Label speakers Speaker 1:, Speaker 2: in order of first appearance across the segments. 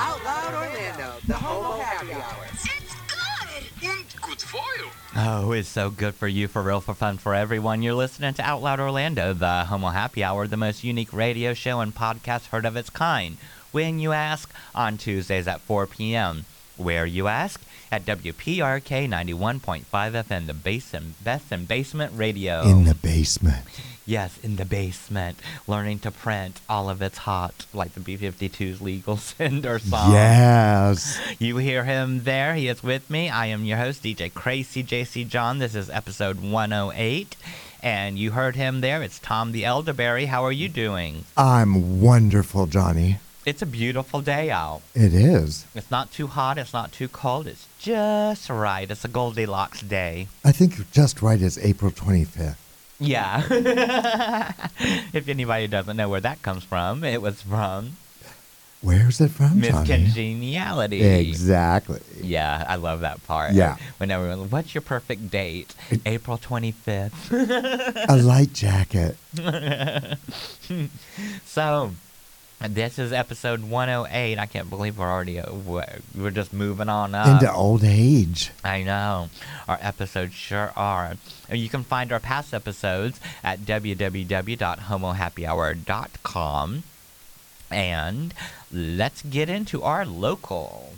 Speaker 1: Out Loud Orlando, the home of happy hour.
Speaker 2: It's good.
Speaker 3: Oh, it's so good for you, for real, for fun, for everyone. You're listening to Out Loud Orlando, the Homo Happy Hour, the most unique radio show and podcast heard of its kind. When you ask, on Tuesdays at 4 p.m. Where you ask? At WPRK 91.5 FM, the Basin, Best in Basement Radio.
Speaker 4: in the basement.
Speaker 3: yes, in the basement, learning to print. All of it's hot, like the B 52's legal sender song.
Speaker 4: Yes.
Speaker 3: You hear him there. He is with me. I am your host, DJ Crazy JC John. This is episode 108. And you heard him there. It's Tom the Elderberry. How are you doing?
Speaker 4: I'm wonderful, Johnny.
Speaker 3: It's a beautiful day out.
Speaker 4: It is.
Speaker 3: It's not too hot. It's not too cold. It's just right. It's a Goldilocks day.
Speaker 4: I think you're just right. It's April 25th.
Speaker 3: Yeah. if anybody doesn't know where that comes from, it was from
Speaker 4: Where's it from,
Speaker 3: Miss
Speaker 4: Johnny?
Speaker 3: Congeniality.
Speaker 4: Exactly.
Speaker 3: Yeah, I love that part.
Speaker 4: Yeah.
Speaker 3: When everyone, what's your perfect date? April 25th.
Speaker 4: A light jacket.
Speaker 3: So, this is episode 108. I can't believe we're already, uh, we're we're just moving on up.
Speaker 4: Into old age.
Speaker 3: I know. Our episodes sure are. And you can find our past episodes at www.homohappyhour.com. And let's get into our local.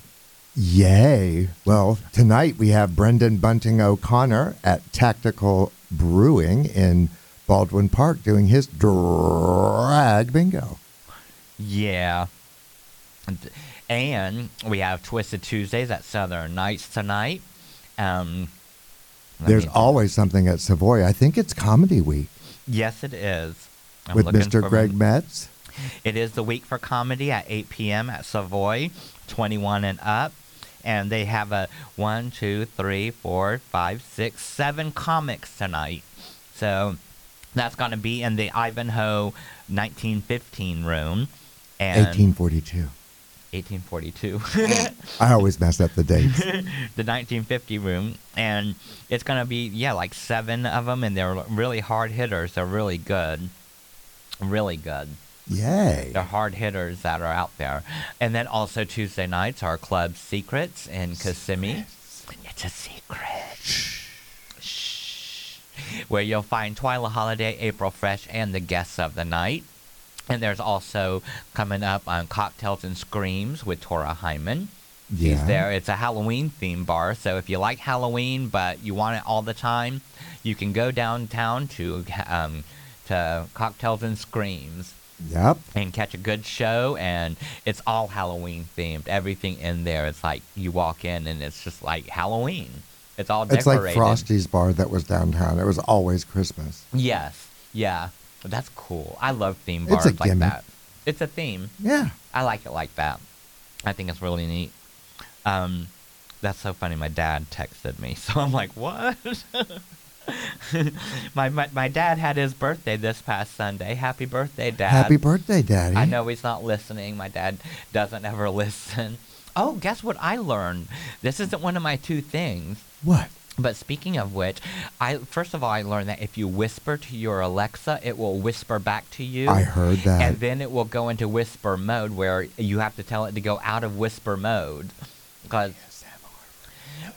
Speaker 4: Yay. Well, tonight we have Brendan Bunting O'Connor at Tactical Brewing in Baldwin Park doing his drag bingo.
Speaker 3: Yeah. And- And we have Twisted Tuesdays at Southern Nights tonight. Um, let
Speaker 4: There's
Speaker 3: me-
Speaker 4: always something at Savoy. I think it's Comedy Week
Speaker 3: Yes, it is. I'm
Speaker 4: with
Speaker 3: looking
Speaker 4: Mr.
Speaker 3: for-
Speaker 4: Greg Metz.
Speaker 3: It is the week for comedy at 8 p.m. at Savoy, 21 and up. And they have a one, two, three, four, five, six, seven comics tonight. So that's going to be in the Ivanhoe 1915 room. And
Speaker 4: 1842.
Speaker 3: 1842.
Speaker 4: I always mess up the dates.
Speaker 3: the 1950 room, and it's gonna be yeah, like seven of them, and they're really hard hitters. They're really good, really good.
Speaker 4: Yay.
Speaker 3: They're hard hitters that are out there. And then also Tuesday nights are Club Secrets in Kissimmee. It's a secret. Shh. Where you'll find Twyla Holiday, April Fresh, and the guests of the night. And there's also coming up on Cocktails and Screams with Tora Hyman. She's
Speaker 4: Yeah.
Speaker 3: there. It's a Halloween theme bar. So if you like Halloween but you want it all the time, you can go downtown to um, to Cocktails and Screams
Speaker 4: Yep.
Speaker 3: and catch a good show and it's all halloween themed everything in there it's like you walk in and it's just like halloween it's all
Speaker 4: It's
Speaker 3: decorated
Speaker 4: like Frosty's bar that was downtown. It was always Christmas.
Speaker 3: yes yeah that's cool i love theme
Speaker 4: It's a
Speaker 3: bars like
Speaker 4: gimmick.
Speaker 3: that it's a theme
Speaker 4: Yeah.
Speaker 3: I like it like that. I think it's really neat. Um, that's so funny. My dad texted me, so I'm like, what? my, my my dad had his birthday this past Sunday. Happy birthday, dad!
Speaker 4: Happy birthday, Daddy.
Speaker 3: I know he's not listening. My dad doesn't ever listen. Oh, guess what I learned? This isn't one of my two things.
Speaker 4: What?
Speaker 3: But speaking of which, I first of all I learned that if you whisper to your Alexa, it will whisper back to you.
Speaker 4: I heard that.
Speaker 3: And then it will go into whisper mode where you have to tell it to go out of whisper mode. Because,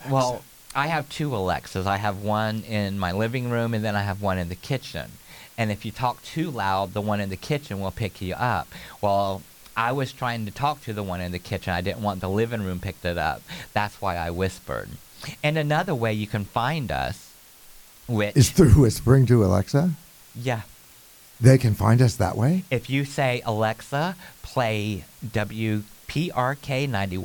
Speaker 3: well, I have two Alexas. I have one in my living room and then I have one in the kitchen. And if you talk too loud, the one in the kitchen will pick you up. Well, I was trying to talk to the one in the kitchen. I didn't want the living room picked it up. That's why I whispered. And another way you can find us, which,
Speaker 4: Is through whispering to Alexa?
Speaker 3: yeah.
Speaker 4: They can find us that way?
Speaker 3: If you say, Alexa, play WPRK 91.5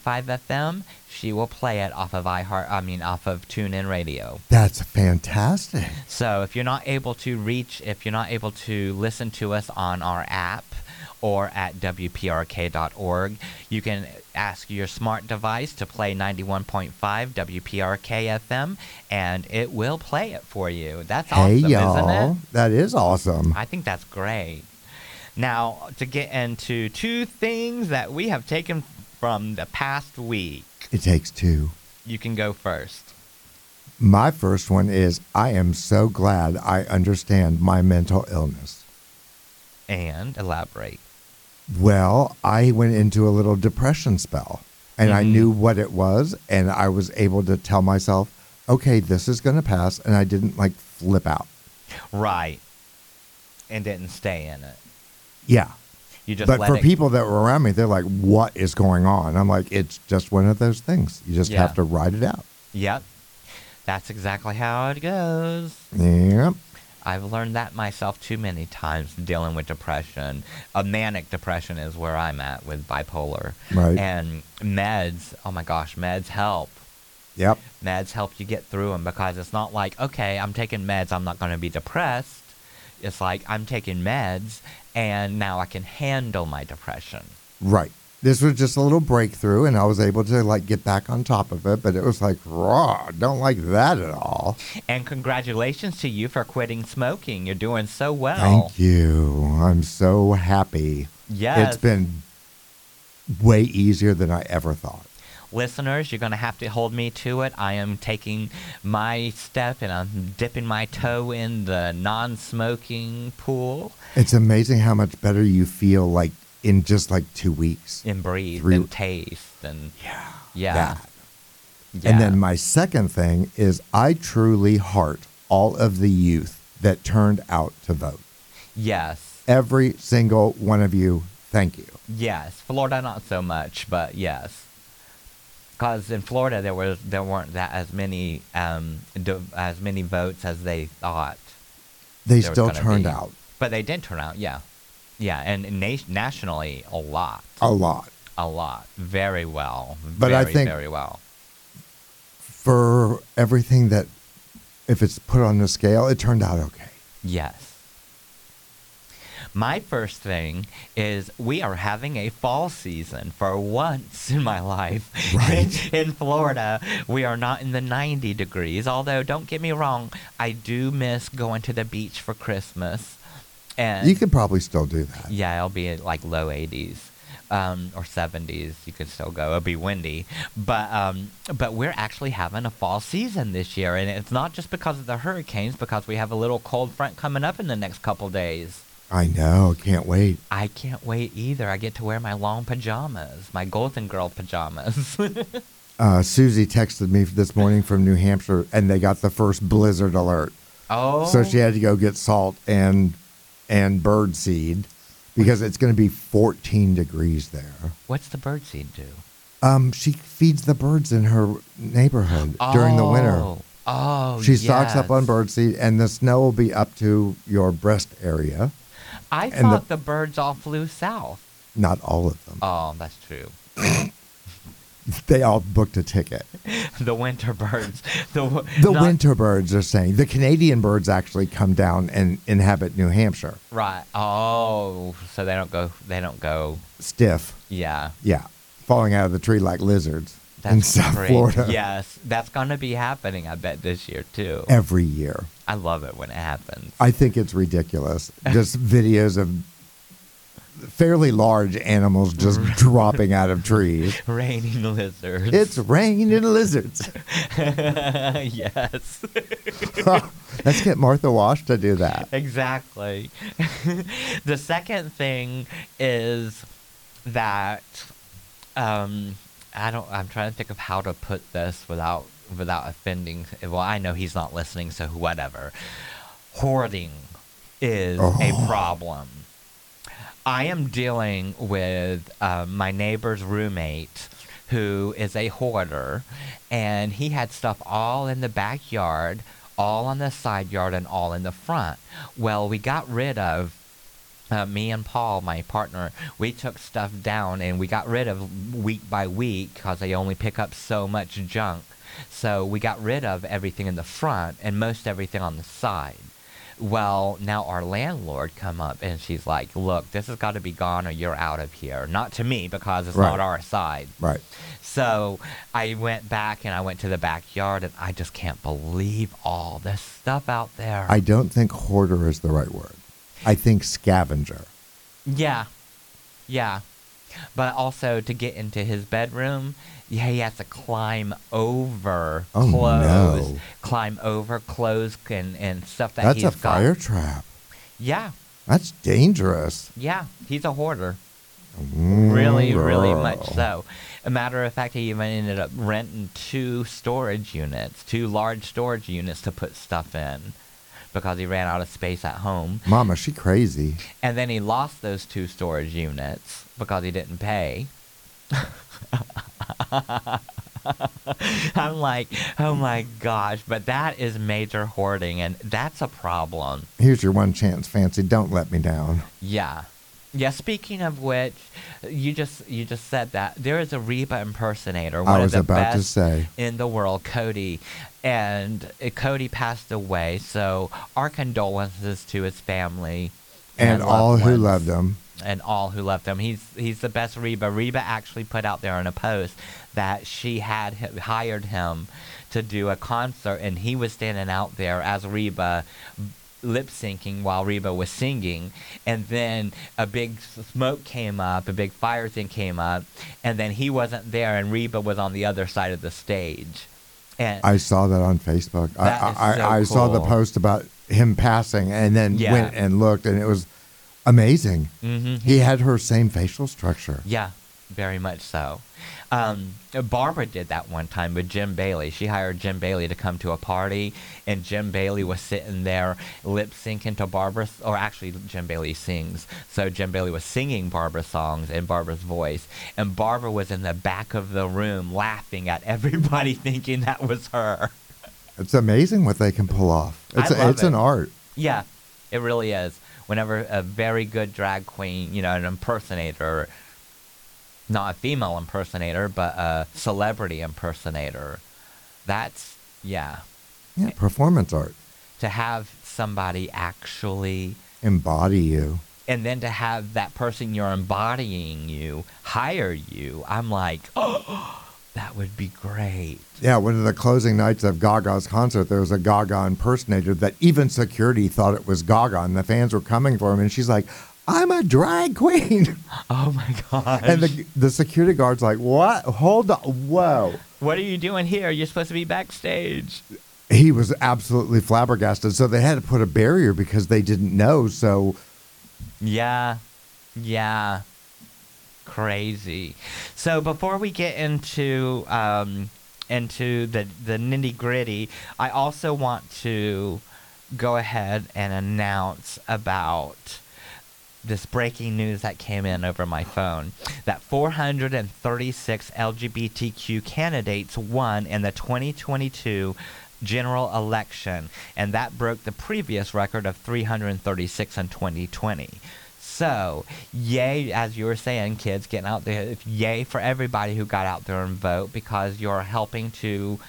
Speaker 3: FM, she will play it off of iHeart, I mean, off of TuneIn Radio.
Speaker 4: That's fantastic.
Speaker 3: So if you're not able to reach, if you're not able to listen to us on our app or at WPRK.org. You can ask your smart device to play 91.5 WPRK FM, and it will play it for you. That's
Speaker 4: hey,
Speaker 3: awesome,
Speaker 4: y'all.
Speaker 3: isn't it?
Speaker 4: That is awesome.
Speaker 3: I think that's great. Now, to get into two things that we have taken from the past week,
Speaker 4: It takes two.
Speaker 3: you can go first.
Speaker 4: My first one is I am so glad I understand my mental illness.
Speaker 3: and elaborate.
Speaker 4: Well, I went into a little depression spell and I
Speaker 3: Mhm.
Speaker 4: knew what it was and I was able to tell myself, okay, this is going to pass. And I didn't like flip out.
Speaker 3: Right. And didn't stay in it.
Speaker 4: Yeah.
Speaker 3: You just
Speaker 4: But
Speaker 3: let
Speaker 4: for
Speaker 3: it.
Speaker 4: people that were around me, they're like, what is going on? I'm like, it's just one of those things. You just
Speaker 3: Yeah.
Speaker 4: have to ride it out.
Speaker 3: Yep. That's exactly how it goes.
Speaker 4: Yep.
Speaker 3: I've learned that myself too many times dealing with depression. A manic depression is where I'm at with bipolar.
Speaker 4: Right.
Speaker 3: And meds, oh my gosh, meds help.
Speaker 4: Yep.
Speaker 3: Meds help you get through them because it's not like, okay, I'm taking meds, I'm not going to be depressed. It's like, I'm taking meds and now I can handle my depression.
Speaker 4: Right. This was just a little breakthrough, and I was able to like get back on top of it. But it was like, raw. Don't like that at all.
Speaker 3: And congratulations to you for quitting smoking. You're doing so well.
Speaker 4: Thank you. I'm so happy.
Speaker 3: Yes.
Speaker 4: It's been way easier than I ever thought.
Speaker 3: Listeners, you're going to have to hold me to it. I am taking my step and I'm dipping my toe in the non smoking pool
Speaker 4: It's amazing how much better you feel like in just like two weeks.
Speaker 3: and breathe
Speaker 4: Through-
Speaker 3: and taste. And
Speaker 4: Yeah.
Speaker 3: yeah. yeah.
Speaker 4: And then my second thing is I truly heart all of the youth that turned out to vote.
Speaker 3: yes.
Speaker 4: Every single one of you, thank you.
Speaker 3: Yes. Florida, not so much, but yes. Because in Florida, there, was, there weren't that as many, um, d- as many votes as they thought.
Speaker 4: They
Speaker 3: there was
Speaker 4: still
Speaker 3: gonna
Speaker 4: turned
Speaker 3: be.
Speaker 4: out
Speaker 3: But they did turn out, yeah. Yeah, and na- nationally, a lot.
Speaker 4: a lot.
Speaker 3: A lot. Very well.
Speaker 4: But I
Speaker 3: very,
Speaker 4: think-
Speaker 3: Very well.
Speaker 4: For everything that, if it's put on the scale, it turned out okay.
Speaker 3: Yes. My first thing is we are having a fall season for once in my life.
Speaker 4: Right.
Speaker 3: in Florida, we are not in the 90 degrees. Although, don't get me wrong, I do miss going to the beach for Christmas. And
Speaker 4: You could probably still do that.
Speaker 3: Yeah, it'll be at like low 80s um, or 70s. You could still go. It'll be windy, but um, but we're actually having a fall season this year, and it's not just because of the hurricanes. Because we have a little cold front coming up in the next couple days.
Speaker 4: I know. Can't wait.
Speaker 3: I can't wait either. I get to wear my long pajamas, my golden girl pajamas.
Speaker 4: Uh, Susie texted me this morning from New Hampshire, and they got the first blizzard alert.
Speaker 3: oh,
Speaker 4: So she had to go get salt and and bird seed because it's going to be 14 degrees there.
Speaker 3: what's the birdseed do
Speaker 4: Um, she feeds the birds in her neighborhood during the winter.
Speaker 3: Oh, Oh,
Speaker 4: She stocks up on
Speaker 3: yes.
Speaker 4: bird seed, and the snow will be up to your breast area.
Speaker 3: I
Speaker 4: and the-
Speaker 3: thought the birds all flew south.
Speaker 4: Not all of them.
Speaker 3: Oh, that's true.
Speaker 4: They all booked a ticket.
Speaker 3: the winter birds. The, w-
Speaker 4: The
Speaker 3: not-
Speaker 4: winter birds are saying the Canadian birds actually come down and inhabit New Hampshire.
Speaker 3: Right. Oh, so they don't go. They don't go.
Speaker 4: Stiff,
Speaker 3: Yeah.
Speaker 4: yeah, falling out of the tree like lizards in South
Speaker 3: great.
Speaker 4: Florida
Speaker 3: Yes, that's gonna be happening. I bet this year too.
Speaker 4: every year.
Speaker 3: I love it when it happens.
Speaker 4: I think it's ridiculous. Just videos of fairly large animals just dropping out of trees.
Speaker 3: Raining lizards.
Speaker 4: It's raining lizards.
Speaker 3: yes.
Speaker 4: Let's get Martha Wash to do that.
Speaker 3: exactly. the second thing is that um, I don't. I'm trying to think of how to put this without without offending. Well, I know he's not listening, so whatever. Hoarding is a problem. I am dealing with uh, my neighbor's roommate who is a hoarder, and he had stuff all in the backyard, all on the side yard, and all in the front. Well, we got rid of. Uh, me and Paul, my partner, we took stuff down and we got rid of week by week because they only pick up so much junk. So we got rid of everything in the front and most everything on the side. Well, now our landlord come up and she's like, "Look, this has got to be gone or you're out of here." Not to me because it's
Speaker 4: Right.
Speaker 3: not our side.
Speaker 4: Right.
Speaker 3: So I went back and I went to the backyard and I just can't believe all this stuff out there.
Speaker 4: I don't think hoarder is the right word. I think scavenger.
Speaker 3: yeah, yeah. But also to get into his bedroom, yeah, he has to climb over
Speaker 4: Oh,
Speaker 3: clothes,
Speaker 4: no.
Speaker 3: climb over clothes and, and stuff that
Speaker 4: That's
Speaker 3: he's
Speaker 4: a
Speaker 3: got.
Speaker 4: fire trap.
Speaker 3: Yeah,
Speaker 4: That's dangerous.
Speaker 3: yeah. He's a hoarder. Really, really much
Speaker 4: Mm.
Speaker 3: so. A matter of fact, he even ended up renting two storage units, two large storage units to put stuff in because he ran out of space at home.
Speaker 4: Mama, she crazy.
Speaker 3: And then he lost those two storage units because he didn't pay. I'm like, oh my gosh, but that is major hoarding, and that's a problem.
Speaker 4: Here's your one chance, Fancy. Don't let me down.
Speaker 3: Yeah. Yeah, speaking of which, you just you just said that there is a Reba impersonator, one
Speaker 4: I was
Speaker 3: of the
Speaker 4: about
Speaker 3: best
Speaker 4: to say.
Speaker 3: in the world, Cody, and uh, Cody passed away. So our condolences to his family
Speaker 4: And all
Speaker 3: loved
Speaker 4: who
Speaker 3: ones.
Speaker 4: loved him.
Speaker 3: and all who loved him. He's he's the best Reba. Reba actually put out there in a post that she had h- hired him to do a concert, and he was standing out there as Reba. Lip syncing while Reba was singing, and then a big s- smoke came up, a big fire thing came up, and then he wasn't there, and Reba was on the other side of the stage. And
Speaker 4: I saw that on Facebook. I-
Speaker 3: That is
Speaker 4: I, I,
Speaker 3: so
Speaker 4: I, saw the
Speaker 3: cool.
Speaker 4: post about him passing and then
Speaker 3: Yeah.
Speaker 4: went and looked, and it was amazing.
Speaker 3: Mhm.
Speaker 4: He had her same facial structure.
Speaker 3: Yeah, very much so. Um, Barbara did that one time with Jim Bailey. She hired Jim Bailey to come to a party, and Jim Bailey was sitting there lip syncing to Barbara's, or actually, Jim Bailey sings. So Jim Bailey was singing Barbara songs in Barbara's voice, and Barbara was in the back of the room laughing at everybody thinking that was her.
Speaker 4: It's amazing what they can pull off.
Speaker 3: I
Speaker 4: It's,
Speaker 3: love
Speaker 4: it's an
Speaker 3: it.
Speaker 4: art.
Speaker 3: Yeah, it really is. Whenever a very good drag queen, you know, an impersonator, not a female impersonator, but a celebrity impersonator, that's, yeah,
Speaker 4: Yeah, performance art.
Speaker 3: to have somebody actually,
Speaker 4: Embody you.
Speaker 3: and then to have that person you're embodying you hire you, I'm like, oh, that would be great.
Speaker 4: Yeah, one of the closing nights of Gaga's concert, there was a Gaga impersonator that even security thought it was Gaga, and the fans were coming for him, and she's like, I'm a drag queen.
Speaker 3: Oh my gosh.
Speaker 4: And the, the security guard's like, What? Hold on. Whoa.
Speaker 3: what are you doing here? You're supposed to be backstage.
Speaker 4: He was absolutely flabbergasted. So they had to put a barrier because they didn't know. So
Speaker 3: Yeah. Yeah. Crazy. So before we get into um into the the nitty gritty, I also want to go ahead and announce about this breaking news that came in over my phone that 436 LGBTQ candidates won in the 2022 general election, and that broke the previous record of 336 in 2020. So, yay, as you were saying, kids, getting out there, if- yay for everybody who got out there and vote because you're helping to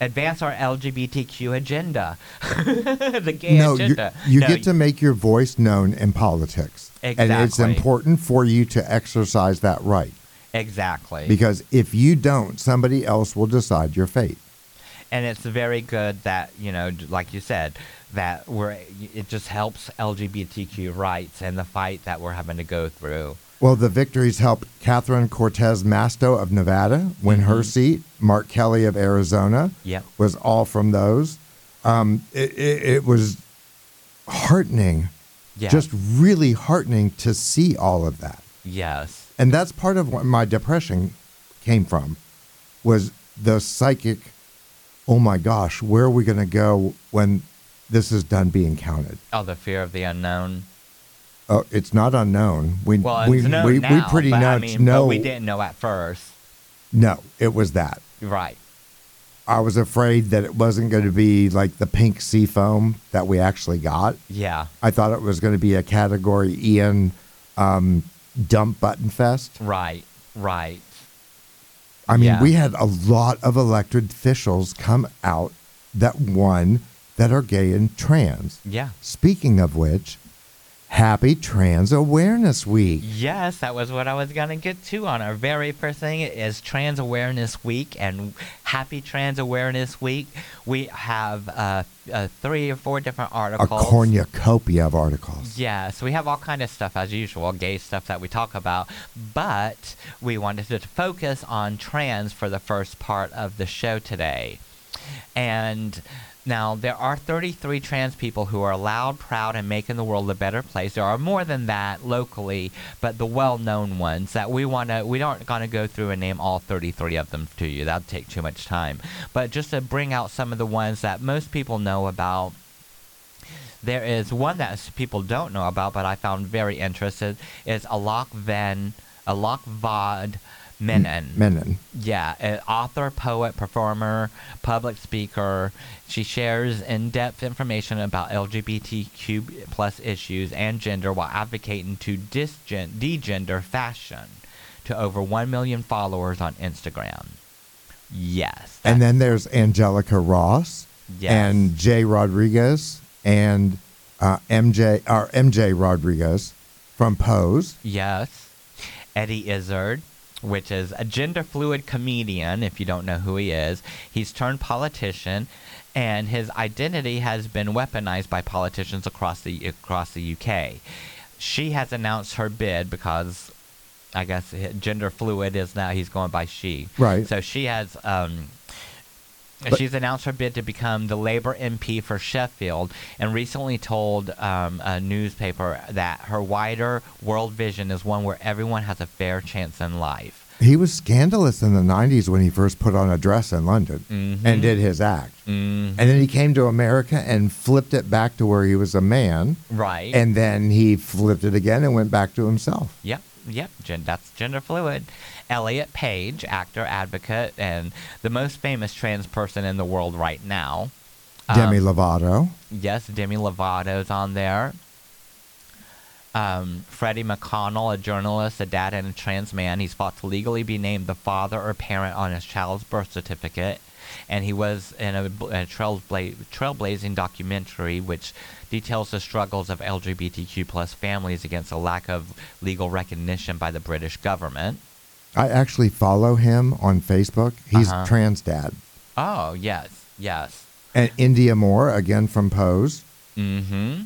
Speaker 3: advance our LGBTQ agenda, the gay
Speaker 4: no, you,
Speaker 3: agenda.
Speaker 4: you
Speaker 3: No,
Speaker 4: get to make your voice known in politics. And it's
Speaker 3: Exactly.
Speaker 4: important for you to exercise that right
Speaker 3: Exactly.
Speaker 4: because if you don't, somebody else will decide your fate.
Speaker 3: and it's very good that you know d- like you said that we're it just helps lgbtq rights and the fight that we're having to go through
Speaker 4: Well, the victories helped Catherine Cortez Masto of Nevada win
Speaker 3: Mm-hmm.
Speaker 4: her seat. Mark Kelly of Arizona
Speaker 3: Yep.
Speaker 4: was all from those. Um, it, it, it was heartening,
Speaker 3: yeah
Speaker 4: just really heartening to see all of that.
Speaker 3: yes
Speaker 4: And that's part of what my depression came from was the psychic, oh my gosh, where are we going to go when this is done being counted?
Speaker 3: oh the fear of the unknown
Speaker 4: Oh, it's not unknown. We,
Speaker 3: well
Speaker 4: we,
Speaker 3: it's known
Speaker 4: we,
Speaker 3: now,
Speaker 4: we pretty
Speaker 3: but,
Speaker 4: much
Speaker 3: I mean,
Speaker 4: know.
Speaker 3: but we didn't know at first
Speaker 4: No, it was that.
Speaker 3: right
Speaker 4: I was afraid that it wasn't going to be like the pink sea foam that we actually got.
Speaker 3: yeah
Speaker 4: I thought it was going to be a category Ian um, dump button fest.
Speaker 3: right right
Speaker 4: I mean,
Speaker 3: Yeah.
Speaker 4: we had a lot of elected officials come out that won that are gay and trans.
Speaker 3: Yeah.
Speaker 4: Speaking of which, happy Trans Awareness Week.
Speaker 3: Yes, that was what I was going to get to on our very first thing is Trans Awareness Week and happy Trans Awareness Week. We have uh, uh, three or four different
Speaker 4: A
Speaker 3: articles.
Speaker 4: cornucopia of articles.
Speaker 3: Yeah, so we have all kind of stuff as usual, gay stuff that we talk about, but we wanted to focus on trans for the first part of the show today. And now there are 33 trans people who are loud, proud, and making the world a better place. There are more than that locally, but the well-known ones that we want to we aren't going to go through and name all 33 of them to you. That'd take too much time. But just to bring out some of the ones that most people know about there is one that s- people don't know about, but I found very interesting. Is Alok Van Alok Vod Menon.
Speaker 4: Menon.
Speaker 3: Yeah, an author, poet, performer, public speaker. She shares in-depth information about LGBTQ plus issues and gender while advocating to disgen- degender fashion to over 1 million followers on Instagram. Yes.
Speaker 4: And then there's Angelica Ross
Speaker 3: Yes.
Speaker 4: and Jay Rodriguez and uh, MJ or MJ Rodriguez from Pose.
Speaker 3: Yes. Eddie Izzard, which is a gender fluid comedian, if you don't know who he is. He's turned politician, and his identity has been weaponized by politicians across the across the UK. She has announced her bid because I guess h- gender fluid is now he's going by she.
Speaker 4: Right.
Speaker 3: So she has um
Speaker 4: But-
Speaker 3: She's announced her bid to become the Labour MP for Sheffield and recently told um, a newspaper that her wider world vision is one where everyone has a fair chance in life.
Speaker 4: He was scandalous in the 90s when he first put on a dress in London
Speaker 3: Mhm.
Speaker 4: and did his act.
Speaker 3: Mm,
Speaker 4: And then he came to America and flipped it back to where he was a man.
Speaker 3: right.
Speaker 4: And then he flipped it again and went back to himself.
Speaker 3: Yep, yep, gen- that's gender fluid. Elliot Page, actor, advocate, and the most famous trans person in the world right now. Um,
Speaker 4: Demi Lovato.
Speaker 3: Yes, Demi Lovato's on there. Um, Freddie McConnell, a journalist, a dad, and a trans man. He's fought to legally be named the father or parent on his child's birth certificate. And he was in a, bl- a trailbla- trailblazing documentary which details the struggles of LGBTQ plus families against a lack of legal recognition by the British government.
Speaker 4: I actually follow him on Facebook. He's
Speaker 3: Uh-huh.
Speaker 4: trans dad.
Speaker 3: Oh, yes, yes.
Speaker 4: And India Moore, again from Pose.
Speaker 3: hmm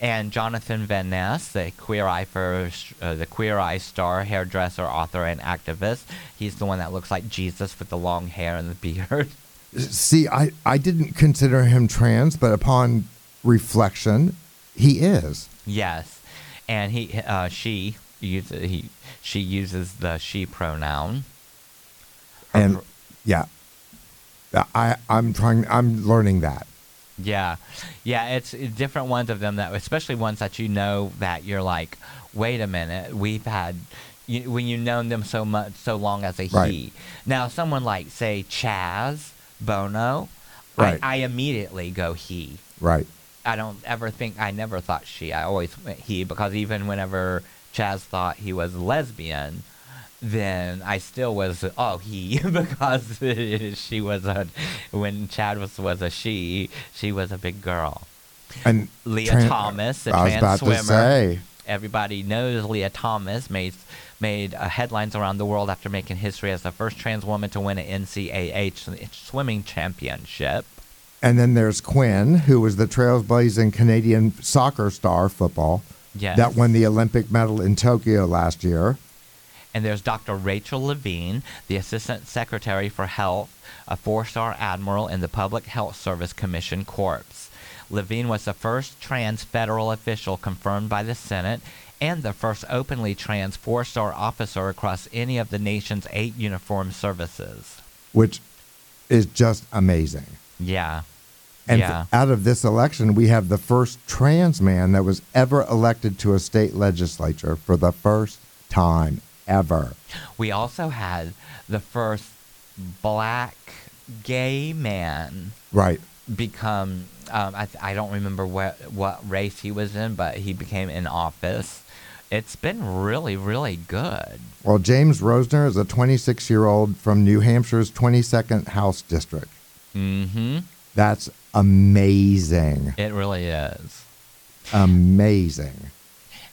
Speaker 3: And Jonathan Van Ness, the Queer Eye for uh, the Queer Eye star, hairdresser, author, and activist. He's the one that looks like Jesus with the long hair and the beard.
Speaker 4: See, I, I didn't consider him trans, but upon reflection, he is.
Speaker 3: yes, and he uh, she uses he she uses the she pronoun. Her
Speaker 4: And
Speaker 3: pr-
Speaker 4: yeah, I, I'm trying, I'm learning that.
Speaker 3: Yeah, yeah, it's it's different ones of them that, especially ones that you know that you're like, wait a minute, we've had, you, when you've known them so much, so long as a
Speaker 4: Right.
Speaker 3: he. Now, someone like say Chaz Bono,
Speaker 4: Right.
Speaker 3: I, I immediately go he.
Speaker 4: Right.
Speaker 3: I don't ever think I never thought she. I always went he because even whenever Chaz thought he was lesbian, then I still was oh he because she was a when Chad was was a she. She was a big girl.
Speaker 4: And
Speaker 3: Leah
Speaker 4: tran-
Speaker 3: Thomas, a
Speaker 4: I was
Speaker 3: trans
Speaker 4: about
Speaker 3: swimmer.
Speaker 4: to say,
Speaker 3: Everybody knows Leah Thomas made made uh, headlines around the world after making history as the first trans woman to win an NCAA ch- swimming championship.
Speaker 4: And then there's Quinn, who was the trailblazing Canadian soccer star, football,
Speaker 3: Yes.
Speaker 4: that won the Olympic medal in Tokyo last year.
Speaker 3: And there's Dr. Rachel Levine, the Assistant Secretary for Health, a four star admiral in the Public Health Service Commission Corps. Levine was the first trans federal official confirmed by the Senate and the first openly trans four star officer across any of the nation's eight uniformed services.
Speaker 4: which is just amazing.
Speaker 3: Yeah.
Speaker 4: And
Speaker 3: yeah.
Speaker 4: out of this election, we have the first trans man that was ever elected to a state legislature for the first time ever.
Speaker 3: we also had the first black gay man
Speaker 4: Right.
Speaker 3: become um, I, I don't remember what what race he was in, but he became in office. It's been really really good.
Speaker 4: Well, James Rosner is a 26 year old from New Hampshire's 22nd House District.
Speaker 3: hmm
Speaker 4: That's amazing.
Speaker 3: It really is.
Speaker 4: Amazing.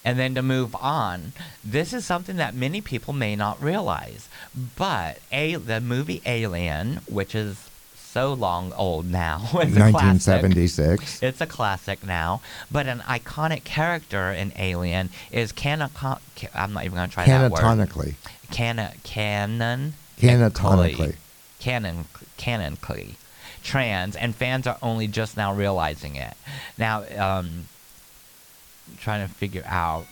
Speaker 3: And then to move on, this is something that many people may not realize. But a, the movie Alien, which is so long old now, it's a classic.
Speaker 4: 1976.
Speaker 3: It's a classic now, but an iconic character in Alien is Cana. Ca- I'm not even going to try that word.
Speaker 4: Canatonically.
Speaker 3: Cana Canon.
Speaker 4: Canatonically.
Speaker 3: Canon canonically trans, and fans are only just now realizing it. Now, um, trying to figure out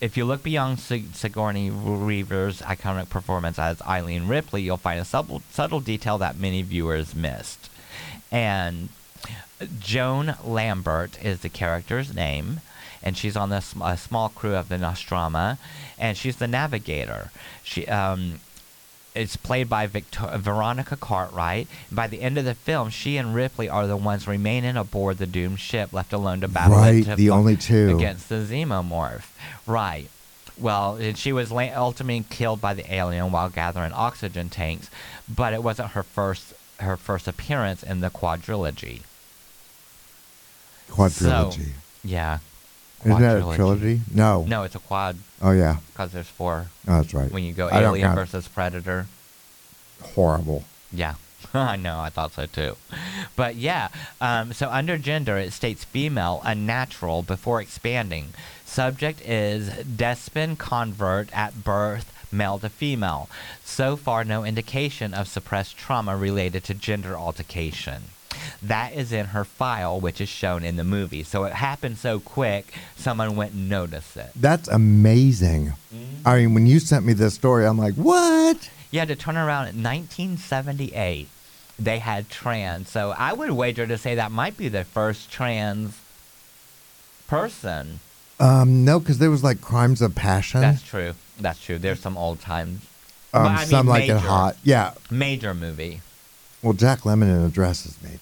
Speaker 3: if you look beyond Sig- Sigourney Weaver's iconic performance as Eileen Ripley, you'll find a subtle, subtle detail that many viewers missed. And Joan Lambert is the character's name, and she's on the sm- a small crew of the Nostromo, and she's the navigator. She um, it's played by Victor- Veronica Cartwright. By the end of the film, she and Ripley are the ones remaining aboard the doomed ship, left alone to battle it
Speaker 4: Right,
Speaker 3: to
Speaker 4: the
Speaker 3: fi-
Speaker 4: only two.
Speaker 3: against the xenomorph. Right. Well, and she was la- ultimately killed by the alien while gathering oxygen tanks, but it wasn't her first her first appearance in the quadrilogy.
Speaker 4: Quadrilogy.
Speaker 3: Yeah.
Speaker 4: Isn't that a trilogy? No.
Speaker 3: No, it's a quad
Speaker 4: Oh, yeah.
Speaker 3: because there's four.
Speaker 4: Oh, that's right.
Speaker 3: When you go
Speaker 4: I don't
Speaker 3: Alien
Speaker 4: count.
Speaker 3: versus Predator.
Speaker 4: Horrible.
Speaker 3: Yeah. I know, I thought so too. But yeah, um, so under gender, it states female, unnatural, before expanding. Subject is despin convert at birth, male to female. So far, no indication of suppressed trauma related to gender altercation. That is in her file, which is shown in the movie. So it happened so quick, someone went and noticed it.
Speaker 4: That's amazing.
Speaker 3: Mm.
Speaker 4: I mean, when you sent me this story, I'm like, what?
Speaker 3: Yeah, to turn around in 1978, they had trans. So I would wager to say that might be the first trans person.
Speaker 4: Um, no, because there was like crimes of passion.
Speaker 3: That's true. That's true. There's some old time
Speaker 4: um,
Speaker 3: but I mean
Speaker 4: some like it
Speaker 3: major.
Speaker 4: hot. Yeah.
Speaker 3: major movie.
Speaker 4: Well, Jack Lemon in a dress is major.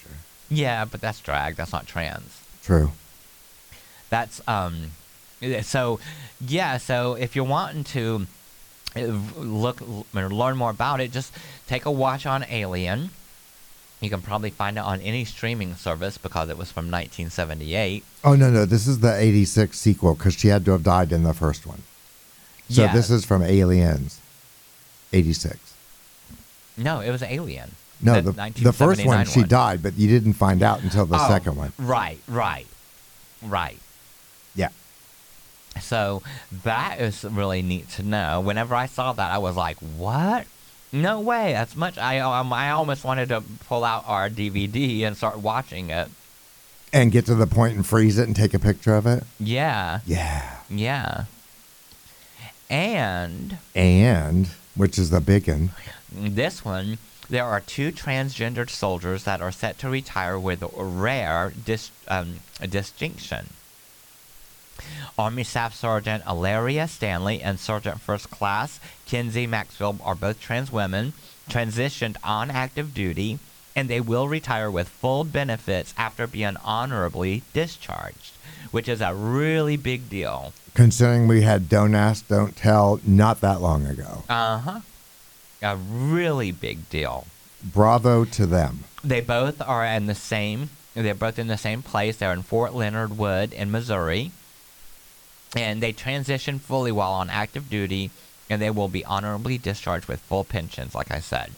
Speaker 3: Yeah, but that's drag. That's not trans.
Speaker 4: True.
Speaker 3: That's um. So yeah. So if you're wanting to uh, look or learn more about it, just take a watch on Alien. You can probably find it on any streaming service because it was from 1978.
Speaker 4: Oh no, no, this is the '86 sequel because she had to have died in the first one. So
Speaker 3: Yeah.
Speaker 4: this is from Aliens, '86.
Speaker 3: No, it was Alien.
Speaker 4: No, the, the, first
Speaker 3: 1979
Speaker 4: one she died, but you didn't find out until the
Speaker 3: Oh,
Speaker 4: second one.
Speaker 3: Right, right, right.
Speaker 4: Yeah.
Speaker 3: So that is really neat to know. Whenever I saw that, I was like, "What? No way!" That's much. I um, I almost wanted to pull out our DVD and start watching it.
Speaker 4: And get to the point and freeze it and take a picture of it.
Speaker 3: Yeah,
Speaker 4: Yeah.
Speaker 3: yeah. And
Speaker 4: And which is the big one.
Speaker 3: This one, there are two transgendered soldiers that are set to retire with rare dis- um, distinction. Army Staff Sergeant Alaria Stanley and Sergeant First Class Kinsey Maxwell are both trans women, transitioned on active duty, and they will retire with full benefits after being honorably discharged, which is a really big deal.
Speaker 4: Considering we had Don't Ask, Don't Tell not that long ago.
Speaker 3: Uh huh. A really big deal.
Speaker 4: Bravo to them.
Speaker 3: They both are in the same. They're both in the same place. They're in Fort Leonard Wood in Missouri, and they transition fully while on active duty, and they will be honorably discharged with full pensions. Like I said,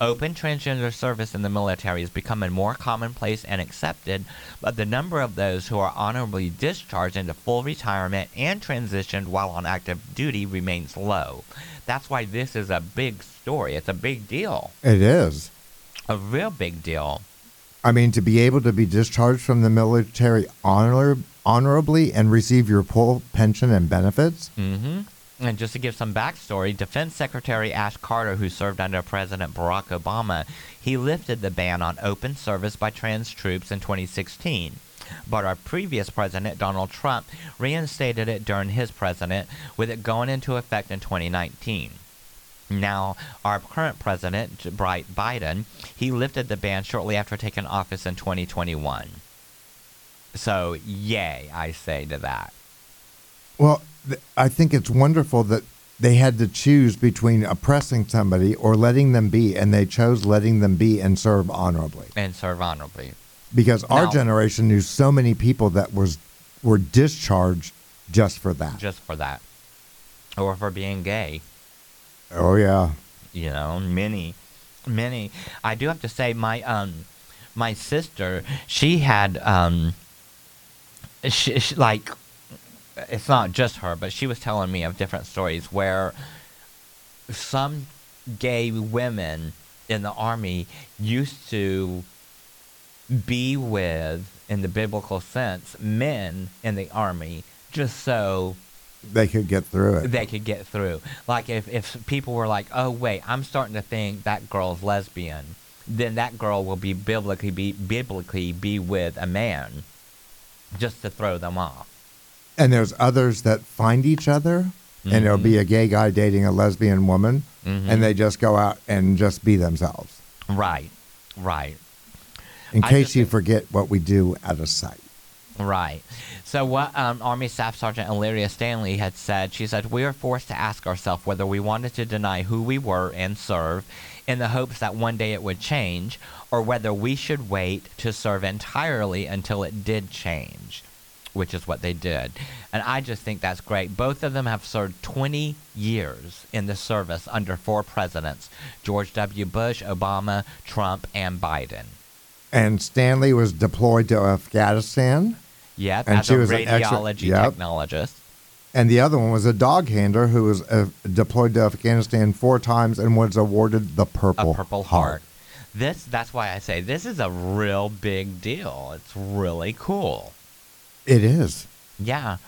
Speaker 3: open transgender service in the military is becoming more commonplace and accepted, but the number of those who are honorably discharged into full retirement and transitioned while on active duty remains low. That's why this is a big story. It's a big deal,
Speaker 4: It is.
Speaker 3: a real big deal.
Speaker 4: I mean, to be able to be discharged from the military honor, honorably and receive your full pension and benefits,
Speaker 3: hmm And just to give some backstory, Defense Secretary Ash Carter, who served under President Barack Obama, he lifted the ban on open service by trans troops in 2016. But our previous president, Donald Trump, reinstated it during his president, with it going into effect in 2019. Now, our current president, J- Bright Biden, he lifted the ban shortly after taking office in 2021. So, yay, I say to that.
Speaker 4: Well, th- I think it's wonderful that they had to choose between oppressing somebody or letting them be, and they chose letting them be and serve honorably.
Speaker 3: and serve honorably.
Speaker 4: Because our
Speaker 3: No.
Speaker 4: generation knew so many people that was were discharged just for that.
Speaker 3: just for that, or for being gay.
Speaker 4: oh yeah,
Speaker 3: You know, many, many. I do have to say, my um, my sister, she had um, she, she like, it's not just her, but she was telling me of different stories where some gay women in the army used to be with, in the biblical sense, men in the army just so
Speaker 4: they could get through it.
Speaker 3: they could get through. Like if, if people were like, oh wait, I'm starting to think that girl's lesbian, then that girl will be biblically be biblically be with a man, just to throw them off.
Speaker 4: and there's others that find each other, and it'll
Speaker 3: Mhm.
Speaker 4: be a gay guy dating a lesbian woman,
Speaker 3: Mhm.
Speaker 4: and they just go out and just be themselves.
Speaker 3: Right, right,
Speaker 4: In
Speaker 3: I
Speaker 4: case
Speaker 3: just
Speaker 4: you
Speaker 3: think-
Speaker 4: forget what we do at a site.
Speaker 3: right. So what um, Army Staff Sergeant Elyria Stanley had said, she said, we are forced to ask ourselves whether we wanted to deny who we were and serve, in the hopes that one day it would change, or whether we should wait to serve entirely until it did change. which is what they did. And I just think that's great. Both of them have served 20 years in the service under four presidents George W. Bush, Obama, Trump, and Biden.
Speaker 4: And Stanley was deployed to Afghanistan,
Speaker 3: Yep,
Speaker 4: And
Speaker 3: as
Speaker 4: she
Speaker 3: a
Speaker 4: was an excellent-
Speaker 3: radiology
Speaker 4: yep.
Speaker 3: technologist.
Speaker 4: and the other one was a dog handler who was uh, deployed to Afghanistan four times and was awarded the Purple,
Speaker 3: a purple heart. This that's why I say this is a real big deal. It's really cool.
Speaker 4: It is
Speaker 3: Yeah.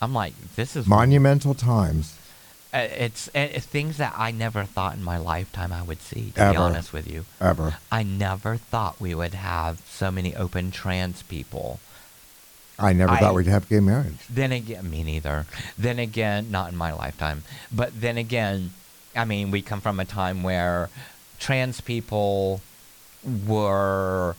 Speaker 3: I'm like this is
Speaker 4: monumental times.
Speaker 3: uh, it's uh, it's things that I never thought in my lifetime I would see to be
Speaker 4: Ever.
Speaker 3: honest with you.
Speaker 4: Ever,
Speaker 3: I never thought we would have so many open trans people.
Speaker 4: I never
Speaker 3: I-
Speaker 4: thought we'd have gay marriage.
Speaker 3: Then again, me neither. Then again, not in my lifetime. But then again, I mean, we come from a time where trans people were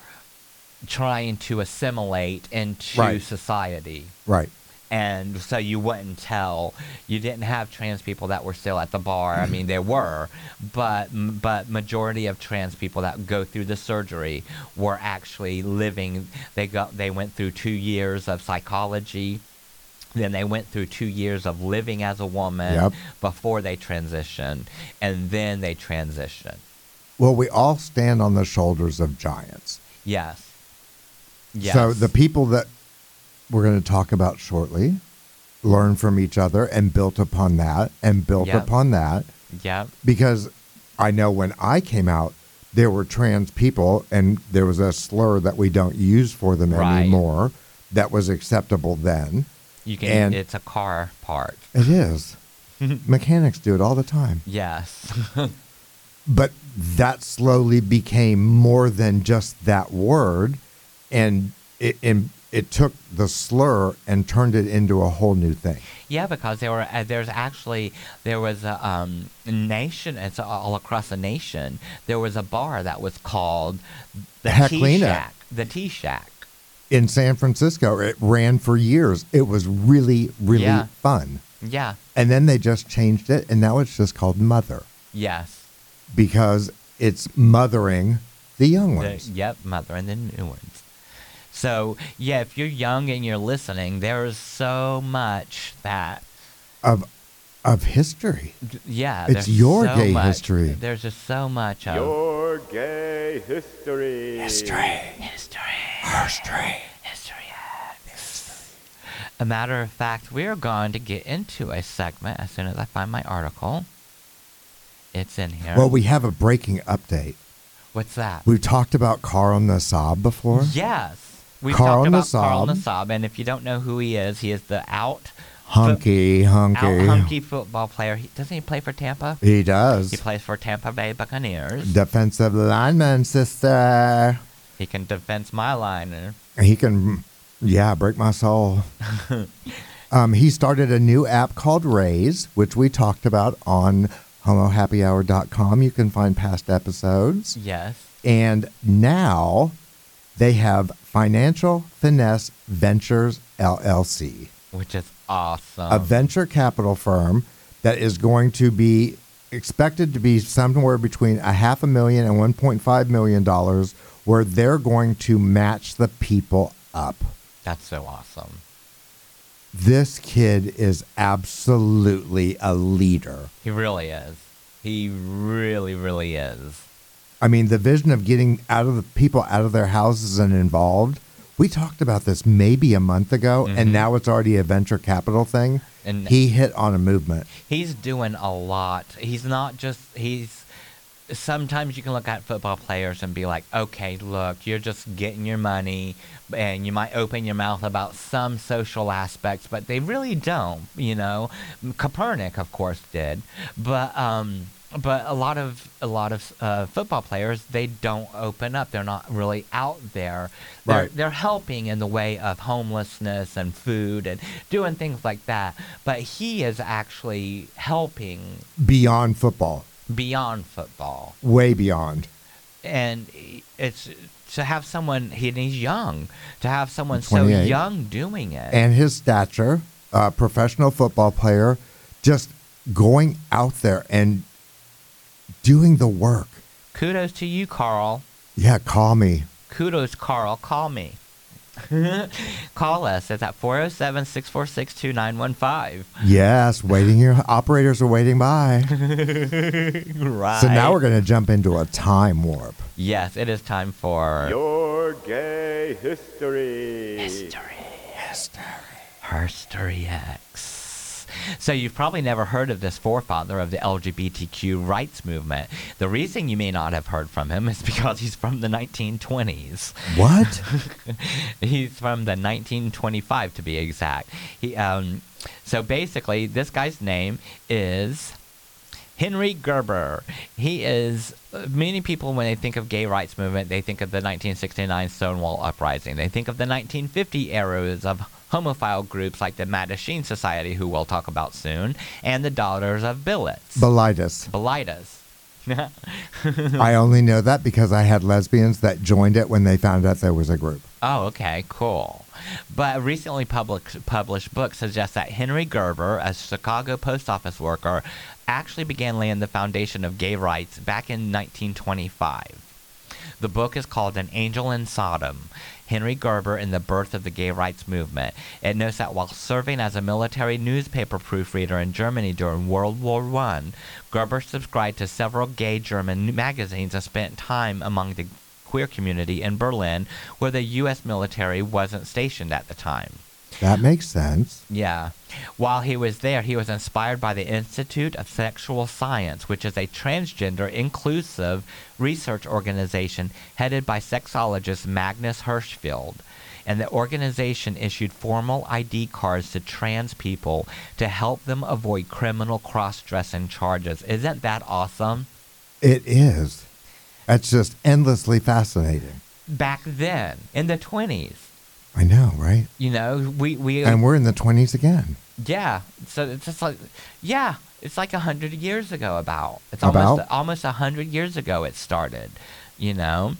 Speaker 3: trying to assimilate into
Speaker 4: Right.
Speaker 3: society.
Speaker 4: Right,
Speaker 3: And so you wouldn't tell. You didn't have trans people that were still at the bar. I mean, there were, but but majority of trans people that go through the surgery were actually living. They got they went through two years of psychology, then they went through two years of living as a woman
Speaker 4: Yep.
Speaker 3: before they transitioned, and then they transitioned.
Speaker 4: Well, we all stand on the shoulders of giants.
Speaker 3: Yes. Yes.
Speaker 4: So the people that we're going to talk about shortly learn from each other and built upon that and built
Speaker 3: Yep.
Speaker 4: upon that
Speaker 3: Yep.
Speaker 4: because I know when I came out, there were trans people and there was a slur that we don't use for them
Speaker 3: Right.
Speaker 4: anymore that was acceptable then.
Speaker 3: You can.
Speaker 4: and-
Speaker 3: it's a car part.
Speaker 4: It is. Mechanics do it all the time.
Speaker 3: Yes.
Speaker 4: but that slowly became more than just that word and it and it took the slur and turned it into a whole new thing
Speaker 3: Yeah, because there were uh, there's actually there was a um, nation. It's all across the nation. There was a bar that was called the Tea
Speaker 4: Hecklina.
Speaker 3: Shack. The Tea Shack.
Speaker 4: in San Francisco it ran for years it was really really
Speaker 3: Yeah.
Speaker 4: fun
Speaker 3: Yeah.
Speaker 4: and then they just changed it and now it's just called mother
Speaker 3: Yes.
Speaker 4: because it's mothering the young
Speaker 3: The-
Speaker 4: ones
Speaker 3: yep. Mother and the new ones. So yeah, if you're young and you're listening, there is so much that
Speaker 4: of of history
Speaker 3: yeah.
Speaker 4: It's
Speaker 3: there's
Speaker 4: your
Speaker 3: so
Speaker 4: gay
Speaker 3: much-
Speaker 4: history.
Speaker 3: There's just so much of
Speaker 2: Your gay history.
Speaker 3: History. History. History. X. A matter of fact, we are going to get into a segment as soon as I find my article. It's in here.
Speaker 4: well we have a breaking update
Speaker 3: What's that?
Speaker 4: we've talked about Carl Nassab before
Speaker 3: yes. We've
Speaker 4: Carl
Speaker 3: talked about Carl
Speaker 4: Nassab.
Speaker 3: Nassab, and if you don't know who he is, he is the out,
Speaker 4: hunky hunky
Speaker 3: out hunky football player. He, doesn't he play for Tampa?
Speaker 4: He does.
Speaker 3: He plays for Tampa Bay Buccaneers.
Speaker 4: Defensive lineman, sister.
Speaker 3: he can defense my liner.
Speaker 4: He can, yeah, break my soul. um, he started a new app called Raise, which we talked about on homohappyhour.com. You can find past episodes.
Speaker 3: Yes.
Speaker 4: And now they have Financial Finesse Ventures LLC,
Speaker 3: Which is awesome.
Speaker 4: a venture capital firm that is going to be expected to be somewhere between a half a million and 1.5 million dollars, where they're going to match the people up.
Speaker 3: That's so awesome.
Speaker 4: This kid is absolutely a leader.
Speaker 3: He really is. He really, really is.
Speaker 4: I mean, the vision of getting out of the people out of their houses and involved. We talked about this maybe a month ago, and now it's already a venture capital thing.
Speaker 3: And-
Speaker 4: he hit on a movement.
Speaker 3: He's doing a lot. He's not just he's sometimes you can look at football players and be like, "Okay, look, you're just getting your money and you might open your mouth about some social aspects, but they really don't, you know. Copernic of course did, but um but a lot of a lot of uh, football players they don't open up. They're not really out there. They're,
Speaker 4: Right.
Speaker 3: they're helping in the way of homelessness and food and doing things like that. But he is actually helping
Speaker 4: beyond football,
Speaker 3: beyond football,
Speaker 4: way beyond.
Speaker 3: and it's to have someone. He, and he's young. To have someone so
Speaker 4: 28.
Speaker 3: young doing it.
Speaker 4: And his stature, a professional football player, just going out there and doing the work.
Speaker 3: Kudos to you, Carl.
Speaker 4: Yeah, call me.
Speaker 3: Kudos, Carl. Call me. Call us. It's at 407 646 2915.
Speaker 4: Yes, waiting. Your operators are waiting by.
Speaker 3: Right.
Speaker 4: So now we're going to jump into a time warp.
Speaker 3: Yes, it is time for.
Speaker 2: Your gay history.
Speaker 3: History. History X. So you've probably never heard of this forefather of the LGBTQ rights movement. The reason you may not have heard from him is because he's from the 1920s.
Speaker 4: What?
Speaker 3: he's from the 1925 to be exact. He um, so basically this guy's name is Henry Gerber. He is many people when they think of gay rights movement, they think of the 1969 Stonewall uprising. They think of the 1950 eras of homophile groups like the Mattachine Society, who we'll talk about soon, and the Daughters of Billets,
Speaker 4: Bilitis.
Speaker 3: Bilitis.
Speaker 4: I only know that because I had lesbians that joined it when they found out there was a group.
Speaker 3: Oh, okay, cool. But a recently public, published book suggests that Henry Gerber, a Chicago post office worker, actually began laying the foundation of gay rights back in 1925. The book is called An Angel in Sodom Henry Gerber and the Birth of the Gay Rights Movement. It notes that while serving as a military newspaper proofreader in Germany during World War I, Gerber subscribed to several gay German magazines and spent time among the queer community in Berlin, where the U.S. military wasn't stationed at the time.
Speaker 4: That makes sense.
Speaker 3: Yeah. While he was there, he was inspired by the Institute of Sexual Science, which is a transgender inclusive research organization headed by sexologist Magnus Hirschfeld. And the organization issued formal ID cards to trans people to help them avoid criminal cross dressing charges. Isn't that awesome?
Speaker 4: It is. That's just endlessly fascinating.
Speaker 3: Back then, in the 20s,
Speaker 4: I know, right?
Speaker 3: you know, we. we
Speaker 4: And we're in the 20s again.
Speaker 3: Yeah. So it's just like, yeah, it's like a hundred years ago. About it's almost
Speaker 4: About?
Speaker 3: almost a hundred years ago it started. You know.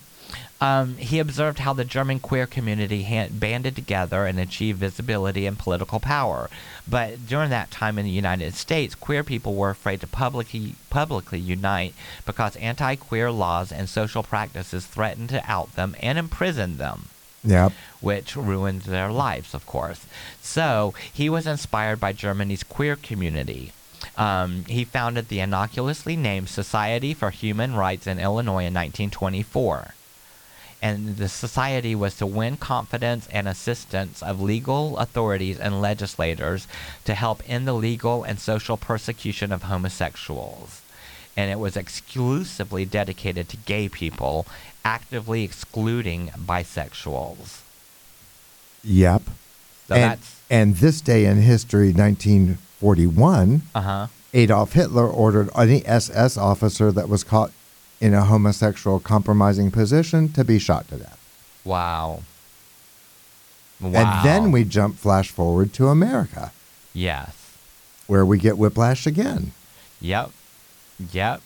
Speaker 3: Um, he observed how the German queer community ha- banded together and achieved visibility and political power. But during that time in the United States, queer people were afraid to publicly, publicly unite because anti queer laws and social practices threatened to out them and imprison them
Speaker 4: Yep.
Speaker 3: which ruined their lives, of course. So he was inspired by Germany's queer community. Um, he founded the innocuously named Society for Human Rights in Illinois in 1924. And the society was to win confidence and assistance of legal authorities and legislators to help end the legal and social persecution of homosexuals and it was exclusively dedicated to gay people, actively excluding bisexuals.
Speaker 4: Yep.
Speaker 3: So
Speaker 4: and,
Speaker 3: that's
Speaker 4: and this day in history, 1941,
Speaker 3: uh huh.
Speaker 4: Adolf Hitler ordered any SS officer that was caught in a homosexual compromising position to be shot to death.
Speaker 3: Wow. Wow.
Speaker 4: And then we jump flash forward to America,
Speaker 3: yes,
Speaker 4: where we get whiplash again.
Speaker 3: yep. Yep.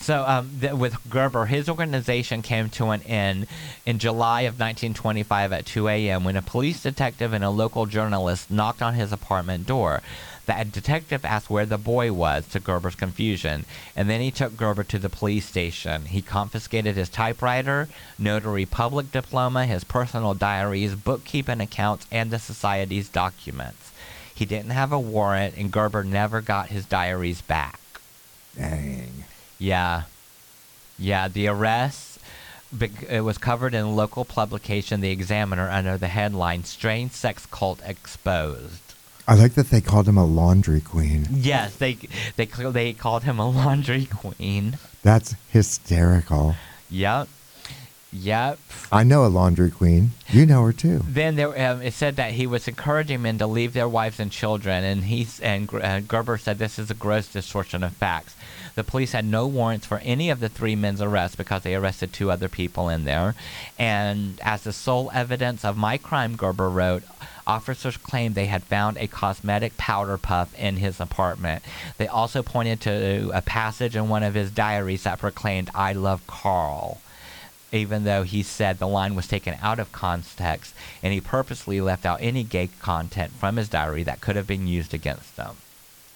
Speaker 3: So um, th- with Gerber, his organization came to an end in July of 1925 at 2 a.m. when a police detective and a local journalist knocked on his apartment door. The detective asked where the boy was, to Gerber's confusion, and then he took Gerber to the police station. He confiscated his typewriter, notary public diploma, his personal diaries, bookkeeping accounts, and the society's documents. He didn't have a warrant, and Gerber never got his diaries back.
Speaker 4: Dang.
Speaker 3: Yeah. Yeah, the arrest bec- it was covered in local publication The Examiner under the headline Strange Sex Cult Exposed.
Speaker 4: I like that they called him a laundry queen.
Speaker 3: Yes, they they cl- they called him a laundry queen.
Speaker 4: That's hysterical.
Speaker 3: Yep. Yep.
Speaker 4: I know a laundry queen. You know her too.
Speaker 3: Then there, um, it said that he was encouraging men to leave their wives and children, and he s- and Gr- uh, Gerber said this is a gross distortion of facts. The police had no warrants for any of the three men's arrests because they arrested two other people in there, and as the sole evidence of my crime, Gerber wrote. Officers claimed they had found a cosmetic powder puff in his apartment. They also pointed to a passage in one of his diaries that proclaimed, I love Carl even though he said the line was taken out of context and he purposely left out any gay content from his diary that could have been used against them.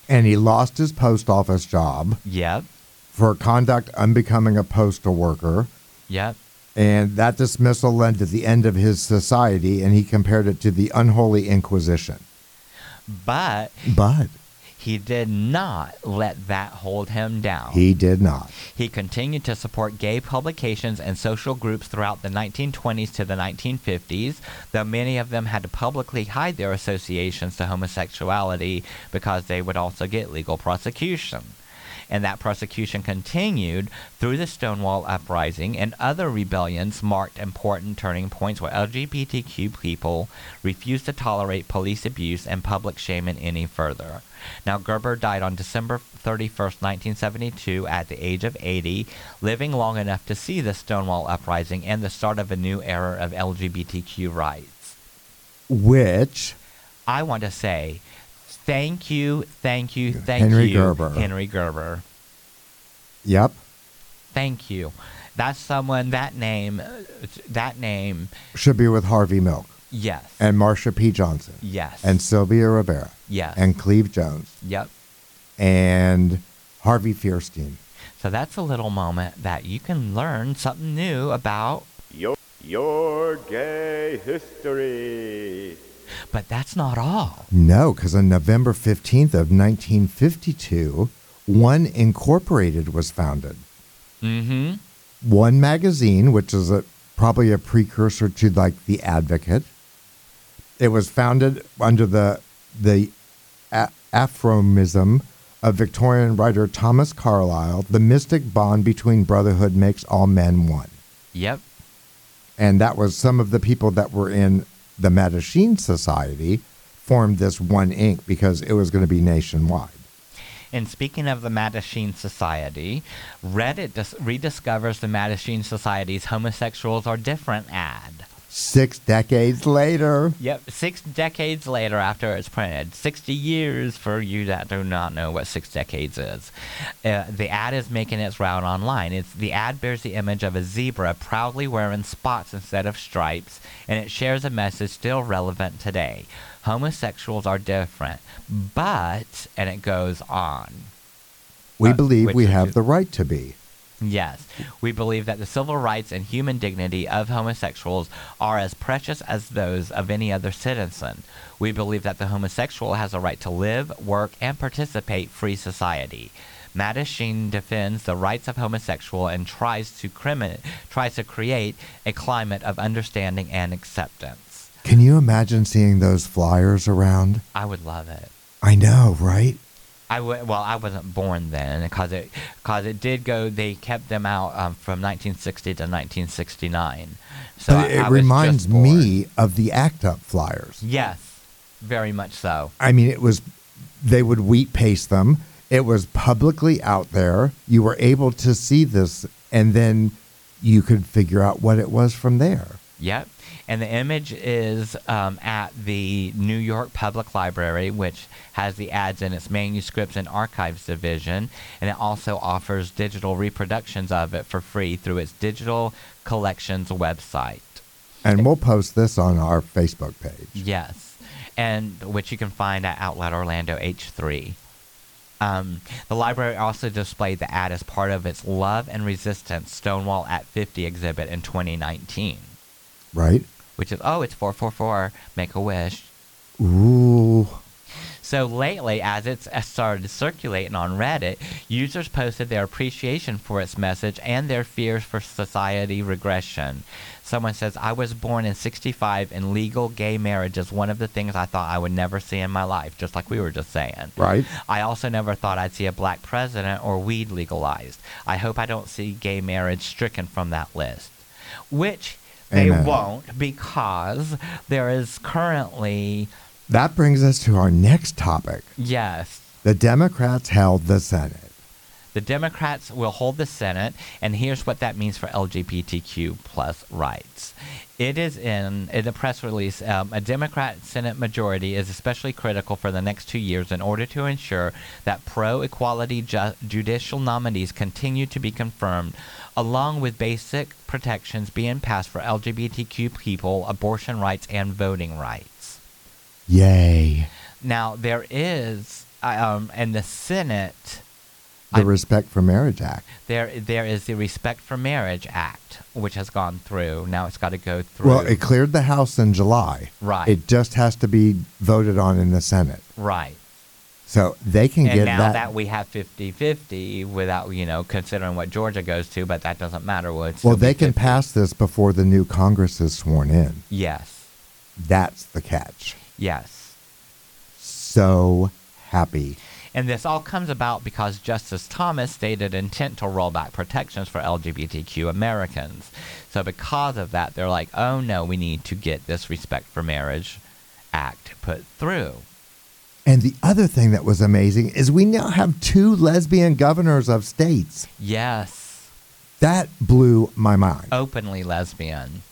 Speaker 4: And he lost his post office job
Speaker 3: Yep,
Speaker 4: for conduct unbecoming a postal worker.
Speaker 3: yep,
Speaker 4: And that dismissal led to the end of his society, and he compared it to the unholy Inquisition.
Speaker 3: but
Speaker 4: But
Speaker 3: he did not let that hold him down.
Speaker 4: he did not.
Speaker 3: He continued to support gay publications and social groups throughout the 1920s to the 1950s, though many of them had to publicly hide their associations to homosexuality because they would also get legal prosecution. And that prosecution continued through the Stonewall Uprising and other rebellions marked important turning points where LGBTQ people refused to tolerate police abuse and public shaming any further. Now, Gerber died on December 31st, 1972, at the age of 80, living long enough to see the Stonewall Uprising and the start of a new era of LGBTQ rights.
Speaker 4: Which,
Speaker 3: I want to say thank you, thank you, thank
Speaker 4: Henry
Speaker 3: you,
Speaker 4: Gerber.
Speaker 3: Henry Gerber.
Speaker 4: yep,
Speaker 3: Thank you. That's someone, that name, uh, that name,
Speaker 4: should be with Harvey Milk
Speaker 3: yes.
Speaker 4: and Marsha P. Johnson
Speaker 3: yes.
Speaker 4: and Sylvia Rivera
Speaker 3: yes.
Speaker 4: and Cleve Jones
Speaker 3: yep.
Speaker 4: and Harvey Fierstein.
Speaker 3: So that's a little moment that you can learn something new about
Speaker 2: Your, your gay history.
Speaker 3: But that's not all.
Speaker 4: No, because on November 15th of 1952, One Incorporated was founded.
Speaker 3: Mm-hmm.
Speaker 4: One magazine, which is a, probably a precursor to like The Advocate. It was founded under the the a- aphorism of Victorian writer Thomas Carlyle, "The mystic bond between brotherhood makes all men one."
Speaker 3: Yep.
Speaker 4: and that was some of the people that were in the Mattachine Society formed this one ink because it was going to be nationwide.
Speaker 3: And speaking of the Mattachine Society, Reddit dis- rediscovers the Mattachine Society's Homosexuals Are Different ad.
Speaker 4: Six decades later,
Speaker 3: Yep, six decades later after it's printed, 60 years for you that do not know what six decades is. Uh, the ad is making its round online. It's The ad bears the image of a zebra proudly wearing spots instead of stripes, and it shares a message still relevant today. Homosexuals are different, but, and it goes on.
Speaker 4: we
Speaker 3: Uh,
Speaker 4: believe we
Speaker 3: which-
Speaker 4: have the right to be.
Speaker 3: Yes, we believe that the civil rights and human dignity of homosexuals are as precious as those of any other citizen. We believe that the homosexual has a right to live, work, and participate free society. Mattachine defends the rights of homosexual and tries to crimin- tries to create a climate of understanding and acceptance.
Speaker 4: Can you imagine seeing those flyers around?
Speaker 3: I would love it.
Speaker 4: I know, right?
Speaker 3: I w- well, I wasn't born then because it, cause it did go, they kept them out um, from 1960 to 1969. So
Speaker 4: but
Speaker 3: I-
Speaker 4: it
Speaker 3: I was
Speaker 4: reminds
Speaker 3: just born.
Speaker 4: me of the ACT UP flyers.
Speaker 3: Yes, very much so.
Speaker 4: I mean, it was, they would wheat paste them. It was publicly out there. You were able to see this, and then you could figure out what it was from there.
Speaker 3: Yep. And the image is um, at the New York Public Library, which has the ads in its manuscripts and archives division. And it also offers digital reproductions of it for free through its digital collections website.
Speaker 4: And we'll post this on our Facebook page.
Speaker 3: Yes. And which you can find at Outlet Orlando H3. Um, the library also displayed the ad as part of its Love and Resistance Stonewall at 50 exhibit in 2019,
Speaker 4: Right?
Speaker 3: which is, oh, it's 444, make a wish.
Speaker 4: Ooh.
Speaker 3: So lately, as it's uh, started circulating on Reddit, users posted their appreciation for its message and their fears for society regression. Someone says, I was born in 65, and legal gay marriage is one of the things I thought I would never see in my life, just like we were just saying.
Speaker 4: Right?
Speaker 3: I also never thought I'd see a black president or weed legalized. I hope I don't see gay marriage stricken from that list. Which they
Speaker 4: Amen.
Speaker 3: won't because there is currently,
Speaker 4: That brings us to our next topic.
Speaker 3: yes,
Speaker 4: The Democrats held the Senate.
Speaker 3: the Democrats will hold the Senate, and here's what that means for LGBTQ plus rights. It is in, in a press release. Um, a Democrat Senate majority is especially critical for the next two years in order to ensure that pro equality ju- judicial nominees continue to be confirmed, along with basic protections being passed for LGBTQ people, abortion rights, and voting rights.
Speaker 4: Yay.
Speaker 3: Now, there is, I, um, and the Senate.
Speaker 4: The
Speaker 3: I-
Speaker 4: Respect for Marriage Act.
Speaker 3: There, there is the Respect for Marriage Act, which has gone through. Now it's got to go through.
Speaker 4: Well, it cleared the House in July.
Speaker 3: Right.
Speaker 4: It just has to be voted on in the Senate.
Speaker 3: right.
Speaker 4: So they can
Speaker 3: And
Speaker 4: get
Speaker 3: now
Speaker 4: that.
Speaker 3: that, we have 50-50 without, you know, considering what Georgia goes to, but that doesn't matter. Well, it's
Speaker 4: well,
Speaker 3: still be
Speaker 4: they can
Speaker 3: 50.
Speaker 4: pass this before the new Congress is sworn in.
Speaker 3: Yes,
Speaker 4: That's the catch.
Speaker 3: yes.
Speaker 4: So happy.
Speaker 3: And this all comes about because Justice Thomas stated intent to roll back protections for LGBTQ Americans. So because of that, they're like, oh no, we need to get this Respect for Marriage Act put through.
Speaker 4: And the other thing that was amazing is we now have two lesbian governors of states.
Speaker 3: Yes,
Speaker 4: That blew my mind.
Speaker 3: openly lesbian.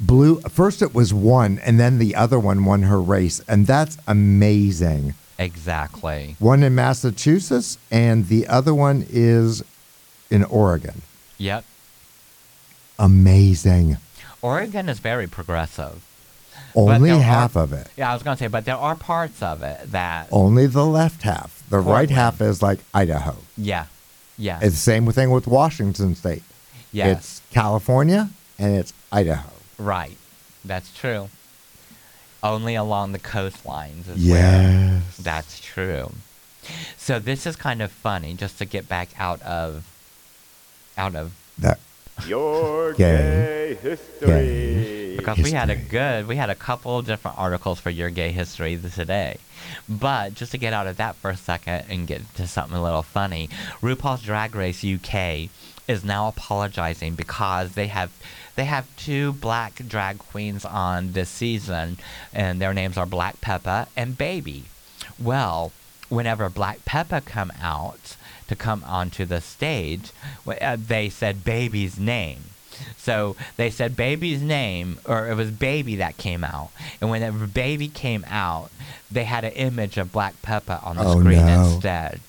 Speaker 4: Blew first it was one and then the other one won her race and that's amazing.
Speaker 3: Exactly.
Speaker 4: One in Massachusetts and the other one is in Oregon.
Speaker 3: Yep.
Speaker 4: Amazing.
Speaker 3: Oregon is very progressive.
Speaker 4: Only
Speaker 3: there
Speaker 4: half
Speaker 3: are-
Speaker 4: of it.
Speaker 3: Yeah, I was going to say, but there are parts of it that.
Speaker 4: Only the left half. The right
Speaker 3: Portland.
Speaker 4: half is like Idaho.
Speaker 3: Yeah. Yeah.
Speaker 4: It's the same thing with Washington state.
Speaker 3: yes.
Speaker 4: It's California and it's Idaho.
Speaker 3: right. That's true. Only along the coastlines is where.
Speaker 4: Yes.
Speaker 3: That's true. So this is kind of funny just to get back out of out of
Speaker 4: That
Speaker 2: Your
Speaker 4: Gay.
Speaker 2: gay history.
Speaker 3: because we had a
Speaker 4: History.
Speaker 3: good we had a couple of different articles for your gay history th- today but just to get out of that for a second and get to something a little funny rupaul's drag race uk is now apologizing because they have they have two black drag queens on this season and their names are black peppa and baby well whenever black peppa come out to come onto the stage w- uh, they said baby's name so they said baby's name, or it was baby that came out. And when baby came out, they had an image of Black Peppa on the
Speaker 4: Oh,
Speaker 3: screen
Speaker 4: no.
Speaker 3: instead.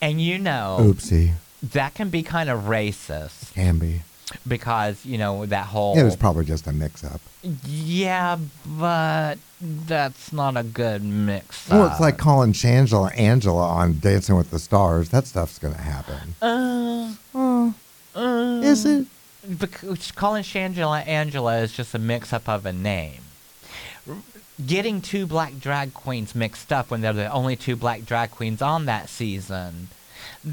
Speaker 3: And you know,
Speaker 4: oopsie
Speaker 3: that can be kind of racist
Speaker 4: can be.
Speaker 3: because, you know, that whole.
Speaker 4: It was probably just a mix-up.
Speaker 3: yeah, but that's not a good mix.
Speaker 4: well, it's like
Speaker 3: up.
Speaker 4: calling Shangela Angela on Dancing with the Stars. That stuff's gonna happen.
Speaker 3: Uh,
Speaker 4: Oh,
Speaker 3: uh,
Speaker 4: is it?
Speaker 3: because calling Shangela Angela is just a mix up of a name. R- Getting two black drag queens mixed up when they're the only two black drag queens on that season,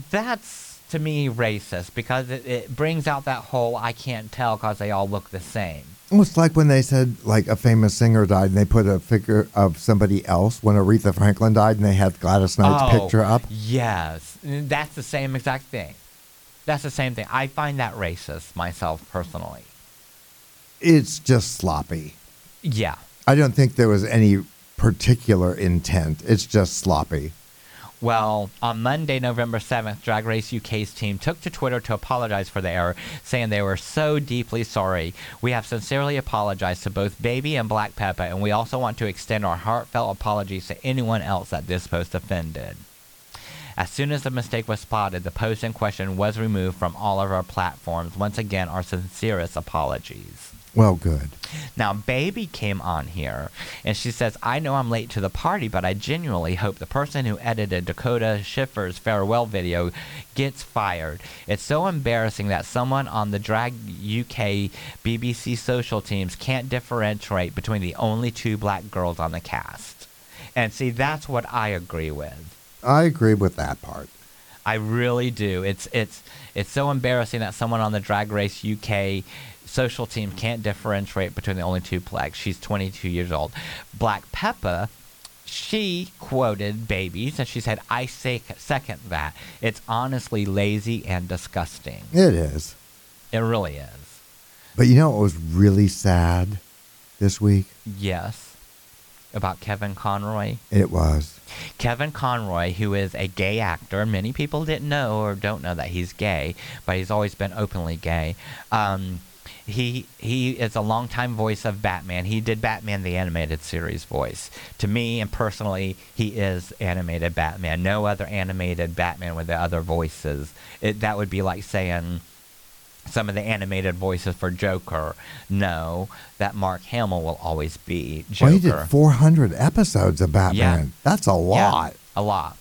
Speaker 3: that's to me racist because it, it brings out that whole I can't tell because they all look the same.
Speaker 4: Well, it's like when they said like a famous singer died and they put a figure of somebody else. When Aretha Franklin died and they had Gladys Knight's
Speaker 3: Oh,
Speaker 4: picture up.
Speaker 3: Yes, that's the same exact thing. That's the same thing. I find that racist myself personally.
Speaker 4: It's just sloppy.
Speaker 3: Yeah.
Speaker 4: I don't think there was any particular intent. It's just sloppy.
Speaker 3: Well, on Monday, November 7th, Drag Race UK's team took to Twitter to apologize for the error, saying they were so deeply sorry. We have sincerely apologized to both Baby and Black Peppa, and we also want to extend our heartfelt apologies to anyone else that this post offended. As soon as the mistake was spotted, the post in question was removed from all of our platforms. Once again, our sincerest apologies.
Speaker 4: Well, good.
Speaker 3: Now, Baby came on here and she says, I know I'm late to the party, but I genuinely hope the person who edited Dakota Schiffer's farewell video gets fired. It's so embarrassing that someone on the Drag UK BBC social teams can't differentiate between the only two black girls on the cast. And see, that's what I agree with.
Speaker 4: I agree with that part.
Speaker 3: I really do. It's it's it's so embarrassing that someone on the Drag Race UK social team can't differentiate between the only two blacks. She's 22 years old. Black Peppa, she quoted babies and she said, "I sec- second that. It's honestly lazy and disgusting.
Speaker 4: It is.
Speaker 3: It really is."
Speaker 4: But you know what was really sad this week?
Speaker 3: Yes. About Kevin Conroy.
Speaker 4: It was.
Speaker 3: Kevin Conroy, who is a gay actor, many people didn't know or don't know that he's gay, but he's always been openly gay. Um, he he is a longtime voice of Batman. He did Batman the animated series voice. To me and personally, he is animated Batman. No other animated Batman with the other voices. It, that would be like saying some of the animated voices for Joker. No, that Mark Hamill will always be Joker.
Speaker 4: Well, he did 400 episodes of Batman. That's a lot.
Speaker 3: Yeah, a lot.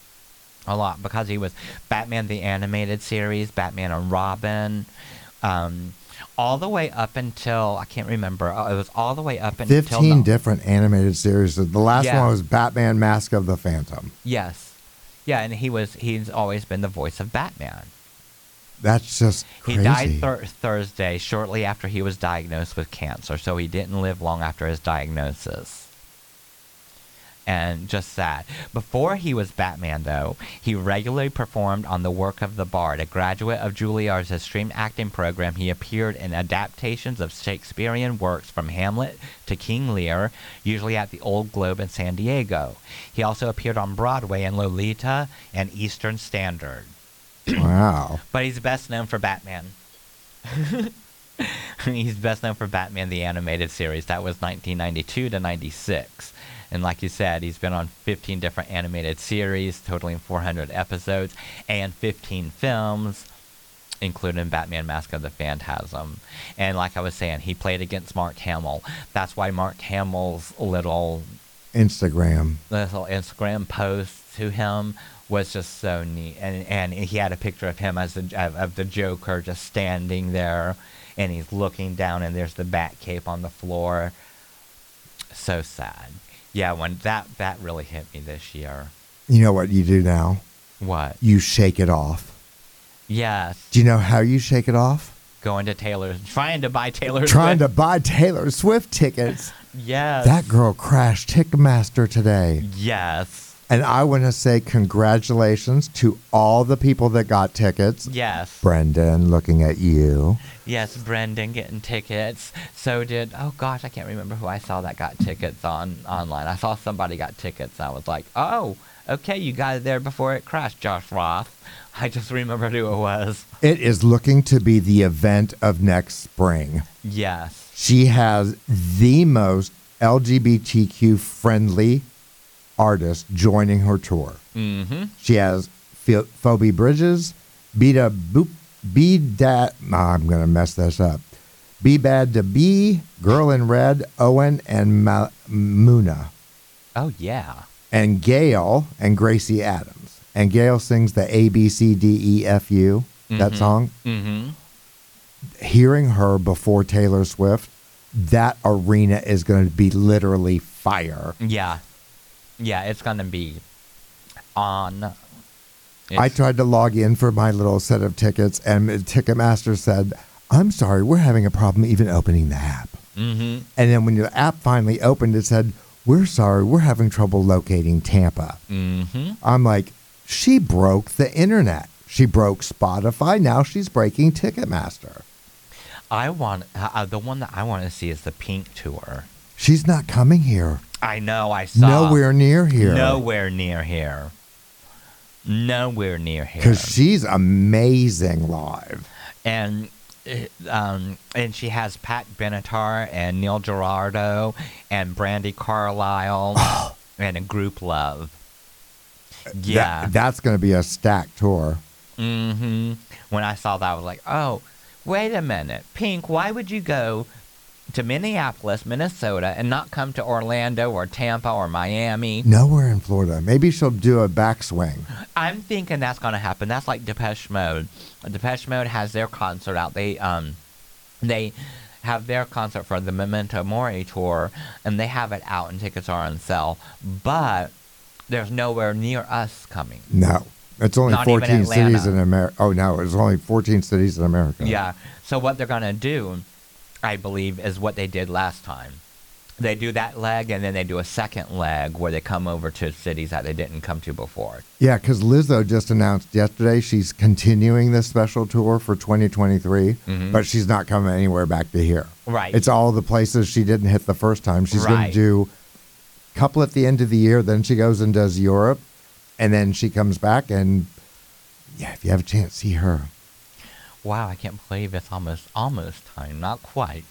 Speaker 3: A lot. Because he was Batman the Animated Series, Batman and Robin, um, all the way up until, I can't remember, uh, it was all the way up until.
Speaker 4: 15
Speaker 3: the-
Speaker 4: different animated series. The last
Speaker 3: Yeah.
Speaker 4: one was Batman Mask of the Phantom.
Speaker 3: Yes. Yeah, and he was, he's always been the voice of Batman.
Speaker 4: That's just crazy.
Speaker 3: He died thur- Thursday, shortly after he was diagnosed with cancer, so he didn't live long after his diagnosis. And just sad. Before he was Batman, though, he regularly performed on The Work of the Bard. A graduate of Juilliard's extreme acting program, he appeared in adaptations of Shakespearean works from Hamlet to King Lear, usually at the Old Globe in San Diego. He also appeared on Broadway in Lolita and Eastern Standard
Speaker 4: wow.
Speaker 3: but he's best known for Batman. he's best known for Batman the animated series. That was 1992 to 96. And like you said, he's been on 15 different animated series, totaling 400 episodes, and 15 films, including Batman Mask of the Phantasm. And like I was saying, he played against Mark Hamill. That's why Mark Hamill's little
Speaker 4: Instagram.
Speaker 3: little Instagram post to him was just so neat, and and he had a picture of him as the of, of the Joker just standing there, and he's looking down, and there's the bat cape on the floor. So sad. Yeah, when that that really hit me this year.
Speaker 4: You know what you do now?
Speaker 3: What?
Speaker 4: You shake it off.
Speaker 3: Yes,
Speaker 4: Do you know how you shake it off?
Speaker 3: going to Taylor's, trying to buy Taylor's.
Speaker 4: Trying to buy Taylor Swift tickets.
Speaker 3: Yes.
Speaker 4: That girl crashed Ticketmaster today.
Speaker 3: Yes.
Speaker 4: And I want to say congratulations to all the people that got tickets.
Speaker 3: Yes.
Speaker 4: Brendan, looking at you.
Speaker 3: Yes, Brendan getting tickets. So did oh gosh, I can't remember who I saw that got tickets on online. I saw somebody got tickets. And I was like, oh, okay, you got it there before it crashed, Josh Roth. I just remembered who it was.
Speaker 4: It is looking to be the event of next spring.
Speaker 3: Yes,
Speaker 4: She has the most LGBTQ friendly artist joining her tour. Mm-hmm. She has Pho- Phoebe Bridges, Beta Boop, B Dat. I'm going to mess this up. B Bad to B, Girl in Red, Owen, and Ma- Muna,
Speaker 3: Oh yeah.
Speaker 4: and Gail and Gracie Adams. And Gail sings the A, B, C, D, E, F, U, that song
Speaker 3: Mm-hmm.
Speaker 4: hearing her before Taylor Swift, that arena is going to be literally fire.
Speaker 3: Yeah, yeah. It's gonna be on.
Speaker 4: I
Speaker 3: It's-
Speaker 4: tried to log in for my little set of tickets, and Ticketmaster said, I'm sorry, we're having a problem even opening the app.
Speaker 3: Mhm.
Speaker 4: And then when the app finally opened, it said, We're sorry, we're having trouble locating Tampa.
Speaker 3: Mhm.
Speaker 4: I'm like, She broke the internet. She broke Spotify. Now she's breaking Ticketmaster.
Speaker 3: I want uh, uh, the one that I want to see is the Pink tour.
Speaker 4: She's not coming here.
Speaker 3: I know. I saw
Speaker 4: Nowhere near here.
Speaker 3: Nowhere near here. nowhere near here.
Speaker 4: because she's amazing live.
Speaker 3: and uh, um, and she has Pat Benatar and Neil Gerardo and Brandy Carlisle and a group love.
Speaker 4: That-
Speaker 3: Yeah.
Speaker 4: that's going to be a stacked tour.
Speaker 3: hmm When I saw that, I was like, oh, wait a minute. Pink, why would you go to Minneapolis, Minnesota, and not come to Orlando or Tampa or Miami?
Speaker 4: Nowhere in Florida. Maybe she'll do a backswing.
Speaker 3: I'm thinking that's gonna happen. That's like Depeche Mode. Depeche Mode has their concert out. They um, they have their concert for the Memento Mori tour, and they have it out, and tickets are on sale. But there's nowhere near us coming.
Speaker 4: No, it's only
Speaker 3: Not even
Speaker 4: 14 cities
Speaker 3: Atlanta.
Speaker 4: in America. Oh no, it's only 14 cities in America.
Speaker 3: Yeah. So what they're gonna do, I believe, is what they did last time. They do that leg, and then they do a second leg where they come over to cities that they didn't come to before.
Speaker 4: yeah. Because Lizzo just announced yesterday she's continuing this special tour for 2023,
Speaker 3: Mhm.
Speaker 4: but she's not coming anywhere back to here.
Speaker 3: Right.
Speaker 4: It's all the places she didn't hit the first time. She's going
Speaker 3: Right.
Speaker 4: to do a couple at the end of the year. Then she goes and does Europe, and then she comes back and yeah. If you have a chance, see her.
Speaker 3: wow, I can't believe it's almost almost time. Not quite.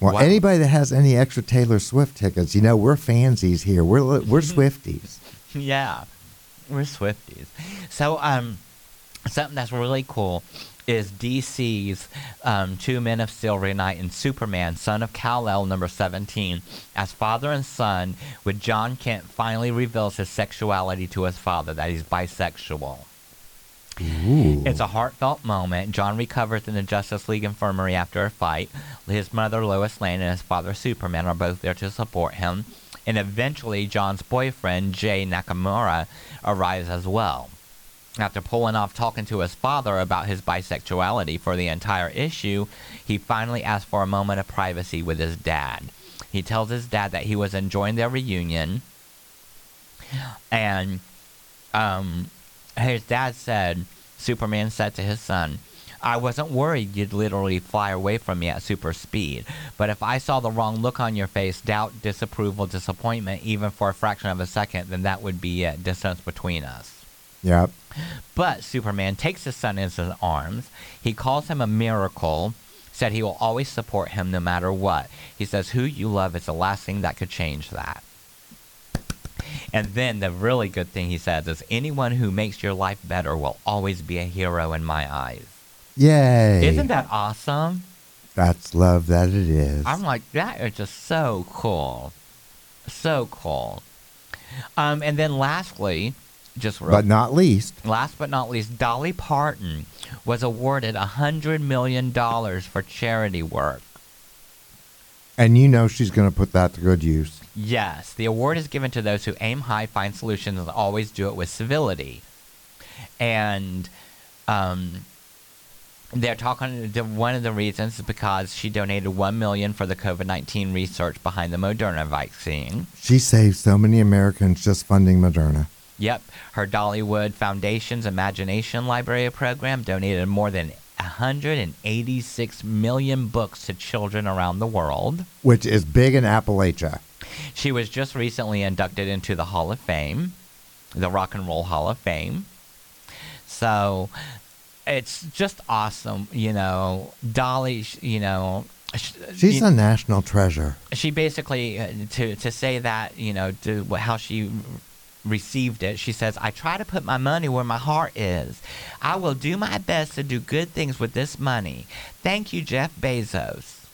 Speaker 4: Well,
Speaker 3: Wow.
Speaker 4: anybody that has any extra Taylor Swift tickets, you know, we're fansies here. We're li- we're
Speaker 3: Mm-hmm.
Speaker 4: Swifties.
Speaker 3: Yeah, we're Swifties. So, um, something that's really cool is DC's um, Two Men of Steel reunite in Superman, Son of Kal-El, number 17. As father and son, with John Kent finally reveals his sexuality to his father, that he's bisexual.
Speaker 4: Ooh.
Speaker 3: It's a heartfelt moment. John recovers in the Justice League infirmary after a fight. His mother, Lois Lane, and his father, Superman, are both there to support him. And eventually, John's boyfriend, Jay Nakamura, arrives as well. After pulling off talking to his father about his bisexuality for the entire issue, he finally asks for a moment of privacy with his dad. He tells his dad that he was enjoying their reunion, and um, his dad said, Superman said to his son, I wasn't worried you'd literally fly away from me at super speed, but if I saw the wrong look on your face, doubt, disapproval, disappointment, even for a fraction of a second, then that would be it, distance between us.
Speaker 4: Yep.
Speaker 3: But Superman takes his son in his arms. He calls him a miracle, said he will always support him no matter what. He says, Who you love is the last thing that could change that. And then the really good thing he says is, Anyone who makes your life better will always be a hero in my eyes.
Speaker 4: Yay.
Speaker 3: Isn't that awesome?
Speaker 4: That's love that it is.
Speaker 3: I'm like, that is just so cool. So cool. Um, and then lastly, just real
Speaker 4: but not least.
Speaker 3: Last but not least, Dolly Parton was awarded $100 million for charity work.
Speaker 4: And you know she's going to put that to good use.
Speaker 3: Yes, the award is given to those who aim high, find solutions, and always do it with civility. And um, they're talking. The, one of the reasons is because she donated one million for the COVID nineteen research behind the Moderna vaccine.
Speaker 4: She saved so many Americans just funding Moderna.
Speaker 3: Yep. Her Dollywood Foundation's Imagination Library program donated more than 186 million books to children around the world.
Speaker 4: Which is big in Appalachia.
Speaker 3: She was just recently inducted into the Hall of Fame, the Rock and Roll Hall of Fame. So it's just awesome, you know. Dolly, sh- you know, sh-
Speaker 4: She's
Speaker 3: you-
Speaker 4: a national treasure.
Speaker 3: she basically uh, to to say that you know to wh- how she received it she says i try to put my money where my heart is i will do my best to do good things with this money thank you jeff bezos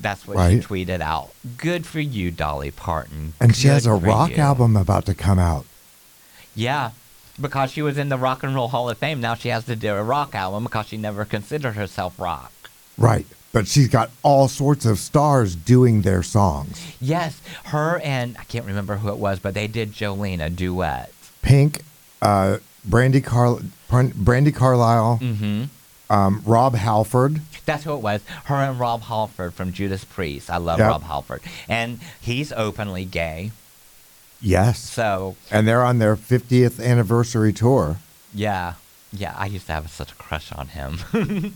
Speaker 3: that's what she
Speaker 4: Right.
Speaker 3: tweeted out good for you dolly parton
Speaker 4: And she
Speaker 3: Good
Speaker 4: has a
Speaker 3: for
Speaker 4: rock
Speaker 3: you.
Speaker 4: album about to come out.
Speaker 3: yeah because she was in the rock and roll hall of fame now she has to do a rock album because she never considered herself rock
Speaker 4: Right. But she's got all sorts of stars doing their songs.
Speaker 3: yes her and i can't remember who it was but they did jolene a duet
Speaker 4: Pink, uh, Brandy, Car- Brandy Carlisle,
Speaker 3: mm-hmm
Speaker 4: um, Rob Halford.
Speaker 3: That's who it was. Her and Rob Halford from Judas Priest. I love
Speaker 4: Yep.
Speaker 3: Rob Halford. And he's openly gay.
Speaker 4: Yes.
Speaker 3: So,
Speaker 4: And they're on their 50th anniversary tour.
Speaker 3: yeah. Yeah, I used to have such a crush on him.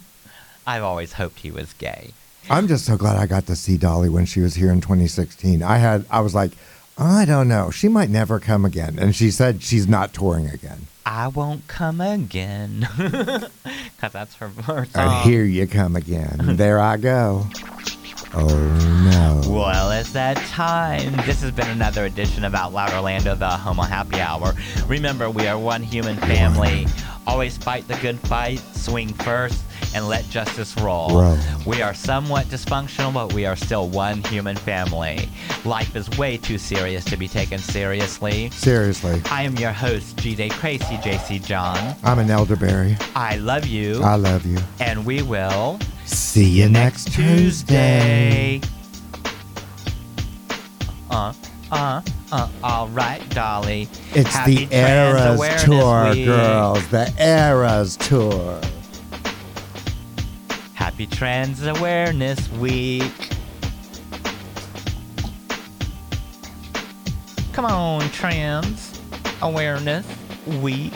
Speaker 3: I've always hoped he was gay.
Speaker 4: I'm just so glad I got to see Dolly when she was here in 2016. I had I was like, I don't know. She might never come again. And she said she's not touring again.
Speaker 3: I won't come again. Because that's her, her song.
Speaker 4: And here you come again. there I go. Oh no.
Speaker 3: Well, it's that time. This has been another edition of Out Loud Orlando, the Homo Happy Hour. Remember, we are one human family. Always fight the good fight, swing first, and let justice roll.
Speaker 4: Roll.
Speaker 3: We are somewhat dysfunctional, but we are still one human family. Life is way too serious to be taken seriously.
Speaker 4: Seriously.
Speaker 3: I am your host, GJ Crazy JC John.
Speaker 4: I'm an elderberry.
Speaker 3: I love you,
Speaker 4: I love you.
Speaker 3: and we will
Speaker 4: See you next Tuesday.
Speaker 3: Tuesday. Uh, uh, uh, all right, Dolly.
Speaker 4: It's the
Speaker 3: Happy Trans
Speaker 4: Eras
Speaker 3: Awareness
Speaker 4: Tour,
Speaker 3: Week.
Speaker 4: girls. The Eras Tour.
Speaker 3: Happy Trans Awareness Week. Come on, Trans Awareness Week.